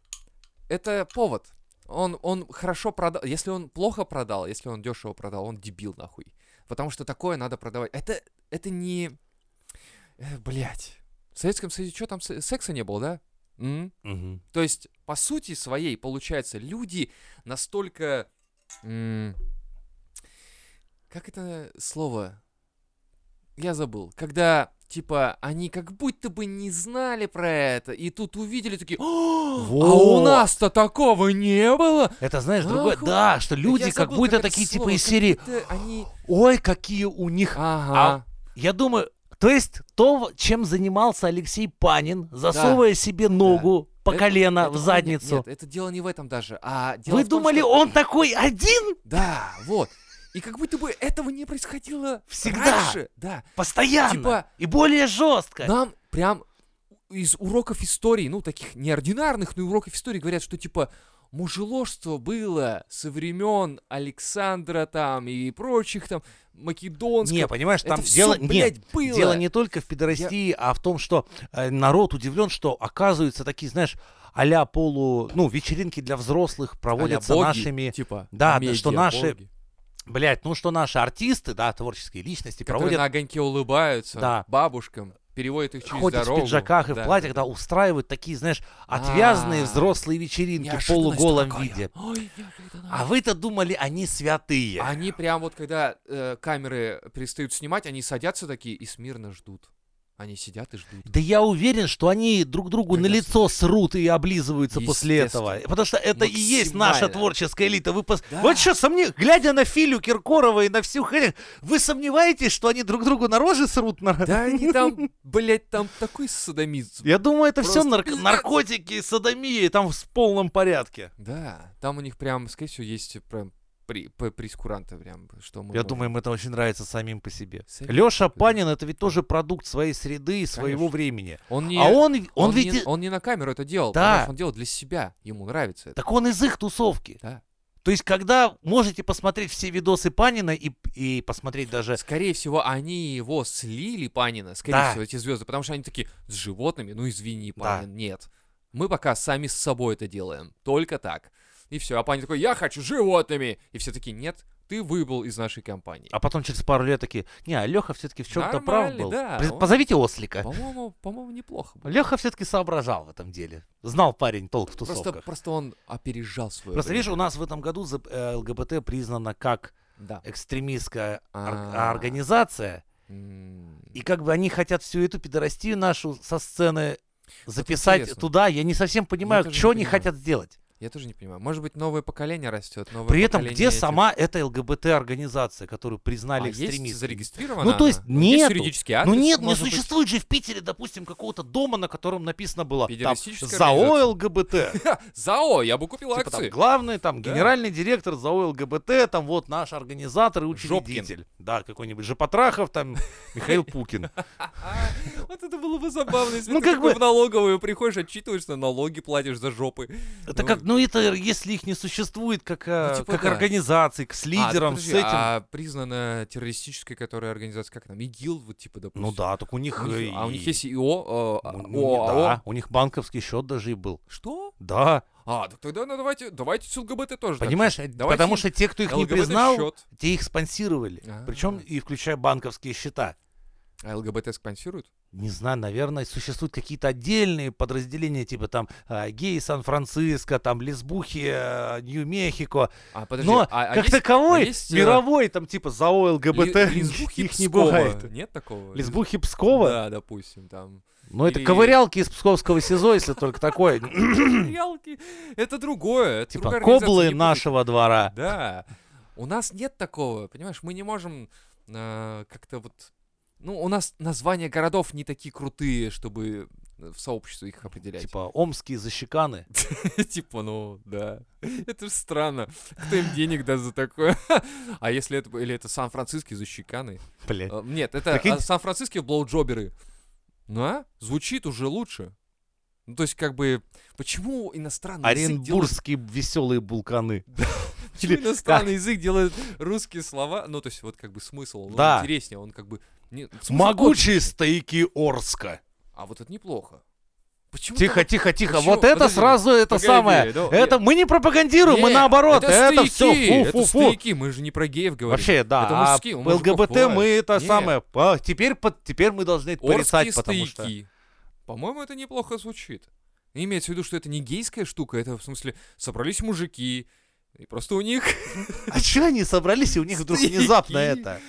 Speaker 2: это повод. Он, он хорошо продал. Если он плохо продал, если он дешево продал, он дебил нахуй. Потому что такое надо продавать. Это, это не... Блять. В Советском Союзе что там, се- секса не было, да? М?
Speaker 1: *gasps*
Speaker 2: То есть, по сути своей, получается, люди настолько... м, Как это слово? Я забыл. Когда, типа, они как будто бы не знали про это, и тут увидели такие... «О, А у
Speaker 1: Вот.
Speaker 2: нас-то такого не было!
Speaker 1: Это, знаешь, другое.
Speaker 2: Ах,
Speaker 1: Да, что люди
Speaker 2: Я
Speaker 1: как
Speaker 2: забыл,
Speaker 1: будто
Speaker 2: это
Speaker 1: такие типа
Speaker 2: слово,
Speaker 1: из
Speaker 2: как
Speaker 1: серии. а
Speaker 2: будто А. Они...
Speaker 1: Ой, какие у них.
Speaker 2: Ага.
Speaker 1: Я думаю, то есть то, чем занимался Алексей Панин, засовывая себе ногу по
Speaker 2: Это-
Speaker 1: колено
Speaker 2: Это
Speaker 1: в
Speaker 2: он-
Speaker 1: задницу.
Speaker 2: Нет, это дело не в этом даже, а дело
Speaker 1: Вы
Speaker 2: в том,
Speaker 1: думали,
Speaker 2: что-
Speaker 1: он такой один
Speaker 2: Да, вот. И как будто бы этого не происходило
Speaker 1: Всегда.
Speaker 2: раньше. Да.
Speaker 1: постоянно
Speaker 2: Типа-
Speaker 1: и более жестко?
Speaker 2: Нам прям из уроков истории, ну, таких неординарных, но и уроков истории говорят, что типа мужеложство было со времен Александра там и прочих там македонских.
Speaker 1: Не, понимаешь,
Speaker 2: Это
Speaker 1: там
Speaker 2: всё,
Speaker 1: дело...
Speaker 2: блядь,
Speaker 1: Нет,
Speaker 2: было.
Speaker 1: дело не только в пидорастии, а в том, что э, народ удивлен, что оказываются такие, знаешь, а-ля полу... Ну, вечеринки для взрослых
Speaker 2: А-ля
Speaker 1: проводятся
Speaker 2: боги,
Speaker 1: нашими...
Speaker 2: типа,
Speaker 1: да, да, что наши
Speaker 2: медиабоги,
Speaker 1: Блять, ну что наши артисты, да, творческие личности
Speaker 2: которые
Speaker 1: проводят...
Speaker 2: на огоньке улыбаются
Speaker 1: Да.
Speaker 2: бабушкам, переводят их через
Speaker 1: Ходят
Speaker 2: дорогу.
Speaker 1: в пиджаках и
Speaker 2: Да,
Speaker 1: в платьях, да, устраивают такие, знаешь, отвязные
Speaker 2: А,
Speaker 1: взрослые вечеринки в
Speaker 2: Неожиданность
Speaker 1: полуголом
Speaker 2: такая.
Speaker 1: виде.
Speaker 2: Ой, неожиданно.
Speaker 1: А вы-то думали, они святые.
Speaker 2: Они прям вот, когда э, камеры перестают снимать, они садятся такие и смирно ждут. Они сидят
Speaker 1: *laughs*
Speaker 2: и ждут.
Speaker 1: Да я уверен, что они друг другу на
Speaker 2: Конечно.
Speaker 1: лицо срут и облизываются после
Speaker 2: Естественно.
Speaker 1: этого. Потому что это и есть наша
Speaker 2: Максимально.
Speaker 1: творческая элита. Вы пос-
Speaker 2: Да.
Speaker 1: Вот что, сомне... глядя на Филю Киркорова и на всю хрень, вы сомневаетесь, что они друг другу на роже срут? на-
Speaker 2: Да они там, блядь, там такой садомизм.
Speaker 1: Я думаю, это все
Speaker 2: Просто пиздец.
Speaker 1: наркотики и садомия, и там в полном порядке.
Speaker 2: Да, там у них прям, скорее всего, есть прям при, п- прейскуранты прям, что мы
Speaker 1: Я
Speaker 2: можем.
Speaker 1: думаю, им это очень нравится самим по себе.
Speaker 2: Сами
Speaker 1: Леша
Speaker 2: Ну по себе.
Speaker 1: Панин это ведь тоже продукт своей среды и своего
Speaker 2: Конечно.
Speaker 1: времени.
Speaker 2: Он не,
Speaker 1: А он, он,
Speaker 2: он
Speaker 1: ведь.
Speaker 2: не, он не на камеру это делал,
Speaker 1: Да.
Speaker 2: потому что он делал для себя, ему нравится это.
Speaker 1: Так он из их тусовки.
Speaker 2: Да.
Speaker 1: То есть, когда можете посмотреть все видосы Панина и, и посмотреть даже...
Speaker 2: Скорее всего, они его слили, Панина, скорее
Speaker 1: Да.
Speaker 2: всего, эти звезды, потому что они такие, с животными, ну извини,
Speaker 1: Да.
Speaker 2: Панин, нет. Мы пока сами с собой это делаем, только так. И все, а Панин такой, я хочу с животными! И все такие, нет, ты выбыл из нашей компании.
Speaker 1: А потом через пару лет такие, не, а Леха все-таки в чем-то прав
Speaker 2: Нормально,
Speaker 1: был.
Speaker 2: да,
Speaker 1: При-
Speaker 2: он-
Speaker 1: Позовите ослика.
Speaker 2: По-моему, по-моему, неплохо было.
Speaker 1: Леха все-таки соображал в этом деле. Знал парень толк в
Speaker 2: Просто,
Speaker 1: тусовках. Просто,
Speaker 2: просто он опережал свое
Speaker 1: видишь, у нас в этом году за- э, ЛГБТ признана как
Speaker 2: Да.
Speaker 1: Э, экстремистская ор-
Speaker 2: А.
Speaker 1: организация.
Speaker 2: М,
Speaker 1: И как бы они хотят всю эту пидорастию нашу со сцены записать
Speaker 2: интересно.
Speaker 1: туда. Я не совсем понимаю,
Speaker 2: тоже
Speaker 1: что
Speaker 2: не
Speaker 1: они
Speaker 2: понимаю.
Speaker 1: хотят сделать.
Speaker 2: Я тоже не понимаю. Может быть, новое поколение растет, новое
Speaker 1: При этом,
Speaker 2: поколение
Speaker 1: где
Speaker 2: этих-
Speaker 1: сама эта ЛГБТ-организация, которую
Speaker 2: А
Speaker 1: признали
Speaker 2: есть
Speaker 1: экстремистами?
Speaker 2: зарегистрирована
Speaker 1: Ну, то есть
Speaker 2: она? А? есть
Speaker 1: нету.
Speaker 2: юридический
Speaker 1: ну
Speaker 2: адрес,
Speaker 1: нет, не
Speaker 2: может быть?
Speaker 1: существует же в Питере, допустим, какого-то дома, на котором написано было там
Speaker 2: Педерастическая
Speaker 1: ЗАО
Speaker 2: организация». *laughs*
Speaker 1: ЛГБТ.
Speaker 2: ЗАО, я бы купил
Speaker 1: Типа там
Speaker 2: акции.
Speaker 1: главный, там
Speaker 2: Да.
Speaker 1: генеральный директор ЗАО ЛГБТ, там вот наш организатор и
Speaker 2: Жопкин.
Speaker 1: учредитель. Да, какой-нибудь Жопотрахов,
Speaker 2: *laughs*
Speaker 1: там Михаил Пукин.
Speaker 2: А, Вот это было бы забавно, если
Speaker 1: Ну,
Speaker 2: ты
Speaker 1: как
Speaker 2: такой
Speaker 1: бы-
Speaker 2: в налоговую приходишь, отчитываешься, налоги платишь за жопы.
Speaker 1: Это
Speaker 2: Ну,
Speaker 1: как, ну это, если их не существует, как, э,
Speaker 2: типа
Speaker 1: как
Speaker 2: да.
Speaker 1: организации, к- с
Speaker 2: А,
Speaker 1: лидером, с
Speaker 2: подожди,
Speaker 1: этим.
Speaker 2: А признана террористической, которая организация, как там, ИГИЛ, вот типа, допустим.
Speaker 1: Ну да, так у них...
Speaker 2: У
Speaker 1: э,
Speaker 2: них- а у них
Speaker 1: и-
Speaker 2: есть ИО, э, а,
Speaker 1: Ну,
Speaker 2: ОАО.
Speaker 1: да, у них банковский счет даже и был.
Speaker 2: Что?
Speaker 1: Да,
Speaker 2: А, так тогда ну, давайте, давайте с ЛГБТ тоже. так же.
Speaker 1: понимаешь, э,
Speaker 2: Давайте
Speaker 1: потому
Speaker 2: им
Speaker 1: что те, кто их не
Speaker 2: ЛГБТ
Speaker 1: признал,
Speaker 2: счет.
Speaker 1: те их спонсировали. Причем
Speaker 2: А.
Speaker 1: и включая банковские счета.
Speaker 2: А ЛГБТ спонсируют?
Speaker 1: Не знаю, наверное, существуют какие-то отдельные подразделения, типа там а, геи Сан-Франциско, там лесбухи э, Нью-Мехико.
Speaker 2: А, подожди,
Speaker 1: Но
Speaker 2: а, а
Speaker 1: как
Speaker 2: есть
Speaker 1: таковой,
Speaker 2: а есть, э,
Speaker 1: мировой, там типа ЗАО ЛГБТ,
Speaker 2: ли- лесбухи
Speaker 1: их не
Speaker 2: Пскова?
Speaker 1: бывает.
Speaker 2: Нет такого?
Speaker 1: Лесбухи Пскова?
Speaker 2: Да, допустим, там.
Speaker 1: Ну это
Speaker 2: Или-
Speaker 1: ковырялки из псковского СИЗО, если только
Speaker 2: *coughs*
Speaker 1: такое.
Speaker 2: Сериалки. Это другое. это
Speaker 1: Типа
Speaker 2: другая Ну, организация, не
Speaker 1: коблы
Speaker 2: путайте.
Speaker 1: нашего двора.
Speaker 2: *laughs* Да. У нас нет такого, понимаешь? Мы не можем а, э, как-то вот... Ну, у нас названия городов не такие крутые, чтобы э, в сообществе их определять.
Speaker 1: Типа омские защеканы.
Speaker 2: *laughs* Типа, ну, да. *laughs* Это ж странно. Кто им денег даст за такое? *laughs* А если это... Или это Сан-Франциски за щеканы?
Speaker 1: Блять.
Speaker 2: Э, Нет, это
Speaker 1: Прикинь.
Speaker 2: а, Сан-Франциски блоуджоберы. Ну, а? Звучит уже лучше. Ну, то есть, как бы, почему иностранный язык делает...
Speaker 1: Оренбургские веселые булканы.
Speaker 2: Почему
Speaker 1: или
Speaker 2: иностранный язык делает русские слова? Ну, то есть, вот как бы смысл, он
Speaker 1: Да.
Speaker 2: интереснее, он как бы... не- смысл
Speaker 1: Могучие стояки Орска.
Speaker 2: тот же. А вот это неплохо. Почему
Speaker 1: Ну, Тихо,
Speaker 2: так-
Speaker 1: тихо, тихо.
Speaker 2: Почему?
Speaker 1: Вот это
Speaker 2: Подожди,
Speaker 1: сразу это
Speaker 2: погоди,
Speaker 1: самое.
Speaker 2: да,
Speaker 1: Это мы не пропагандируем, мы
Speaker 2: Не,
Speaker 1: наоборот. Это
Speaker 2: стояки,
Speaker 1: все
Speaker 2: это
Speaker 1: фу-фу-фу.
Speaker 2: стояки, мы же не про геев говорим.
Speaker 1: Вообще, да.
Speaker 2: Это
Speaker 1: а
Speaker 2: мужские, у
Speaker 1: по
Speaker 2: мужиков
Speaker 1: ЛГБТ мы
Speaker 2: бывает.
Speaker 1: это
Speaker 2: Не.
Speaker 1: самое. а, теперь, под, теперь мы должны это порицать,
Speaker 2: Орские
Speaker 1: потому что.
Speaker 2: стояки. По-моему, это неплохо звучит. Имеется в виду, что это не гейская штука, это в смысле собрались мужики, и просто у них...
Speaker 1: А че они собрались, и у них вдруг
Speaker 2: Стояки.
Speaker 1: внезапно это?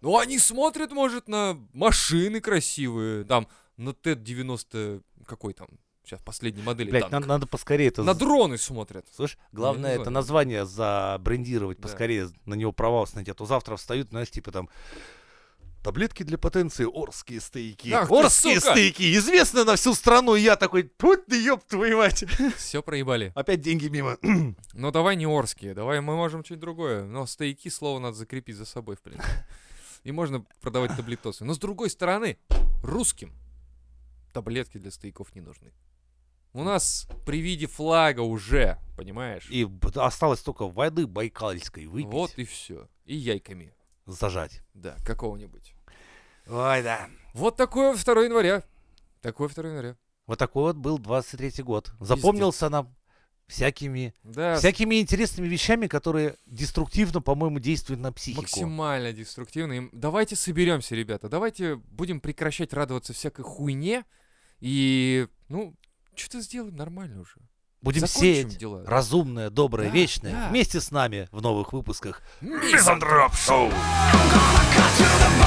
Speaker 2: Ну, они смотрят, может, на машины красивые, там, на Т-90... Какой там? Сейчас последней модели
Speaker 1: Блять,
Speaker 2: танк.
Speaker 1: надо, надо поскорее это.
Speaker 2: На
Speaker 1: з- *laughs*
Speaker 2: дроны смотрят.
Speaker 1: Слышь, главное
Speaker 2: не
Speaker 1: это
Speaker 2: знаю.
Speaker 1: название забрендировать
Speaker 2: Да.
Speaker 1: поскорее, на него права снять, а то завтра встают, знаешь, типа там таблетки для потенции, орские стояки.
Speaker 2: Ах ты,
Speaker 1: орские
Speaker 2: сука!
Speaker 1: стояки, известны на всю страну, и я такой, путь ты ёб твою мать.
Speaker 2: Все проебали.
Speaker 1: Опять деньги мимо. *clears throat*
Speaker 2: Ну, давай не Орские, давай мы можем что-нибудь другое. Но стояки слово надо закрепить за собой, в принципе. И можно продавать таблетосы. Но с другой стороны, русским таблетки для стояков не нужны. У нас при виде флага уже, понимаешь?
Speaker 1: И б- осталось только воды байкальской выпить,
Speaker 2: Вот и все. И яйками.
Speaker 1: зажать.
Speaker 2: Да, какого-нибудь.
Speaker 1: Ой, да.
Speaker 2: Вот такое 2 января. Такое 2 января.
Speaker 1: Вот такой вот был 23-й год. Запомнился нам всякими,
Speaker 2: Да,
Speaker 1: всякими интересными вещами, которые деструктивно, по-моему, действуют на психику.
Speaker 2: максимально деструктивно. И Давайте соберемся, ребята. Давайте будем прекращать радоваться всякой хуйне. И, ну, что-то сделаем нормально уже.
Speaker 1: Будем
Speaker 2: Закончим
Speaker 1: сеять
Speaker 2: дела.
Speaker 1: разумное, доброе,
Speaker 2: Да,
Speaker 1: вечное
Speaker 2: да.
Speaker 1: вместе с нами в новых выпусках
Speaker 2: Миза-
Speaker 1: Шоу.
Speaker 3: Go back to the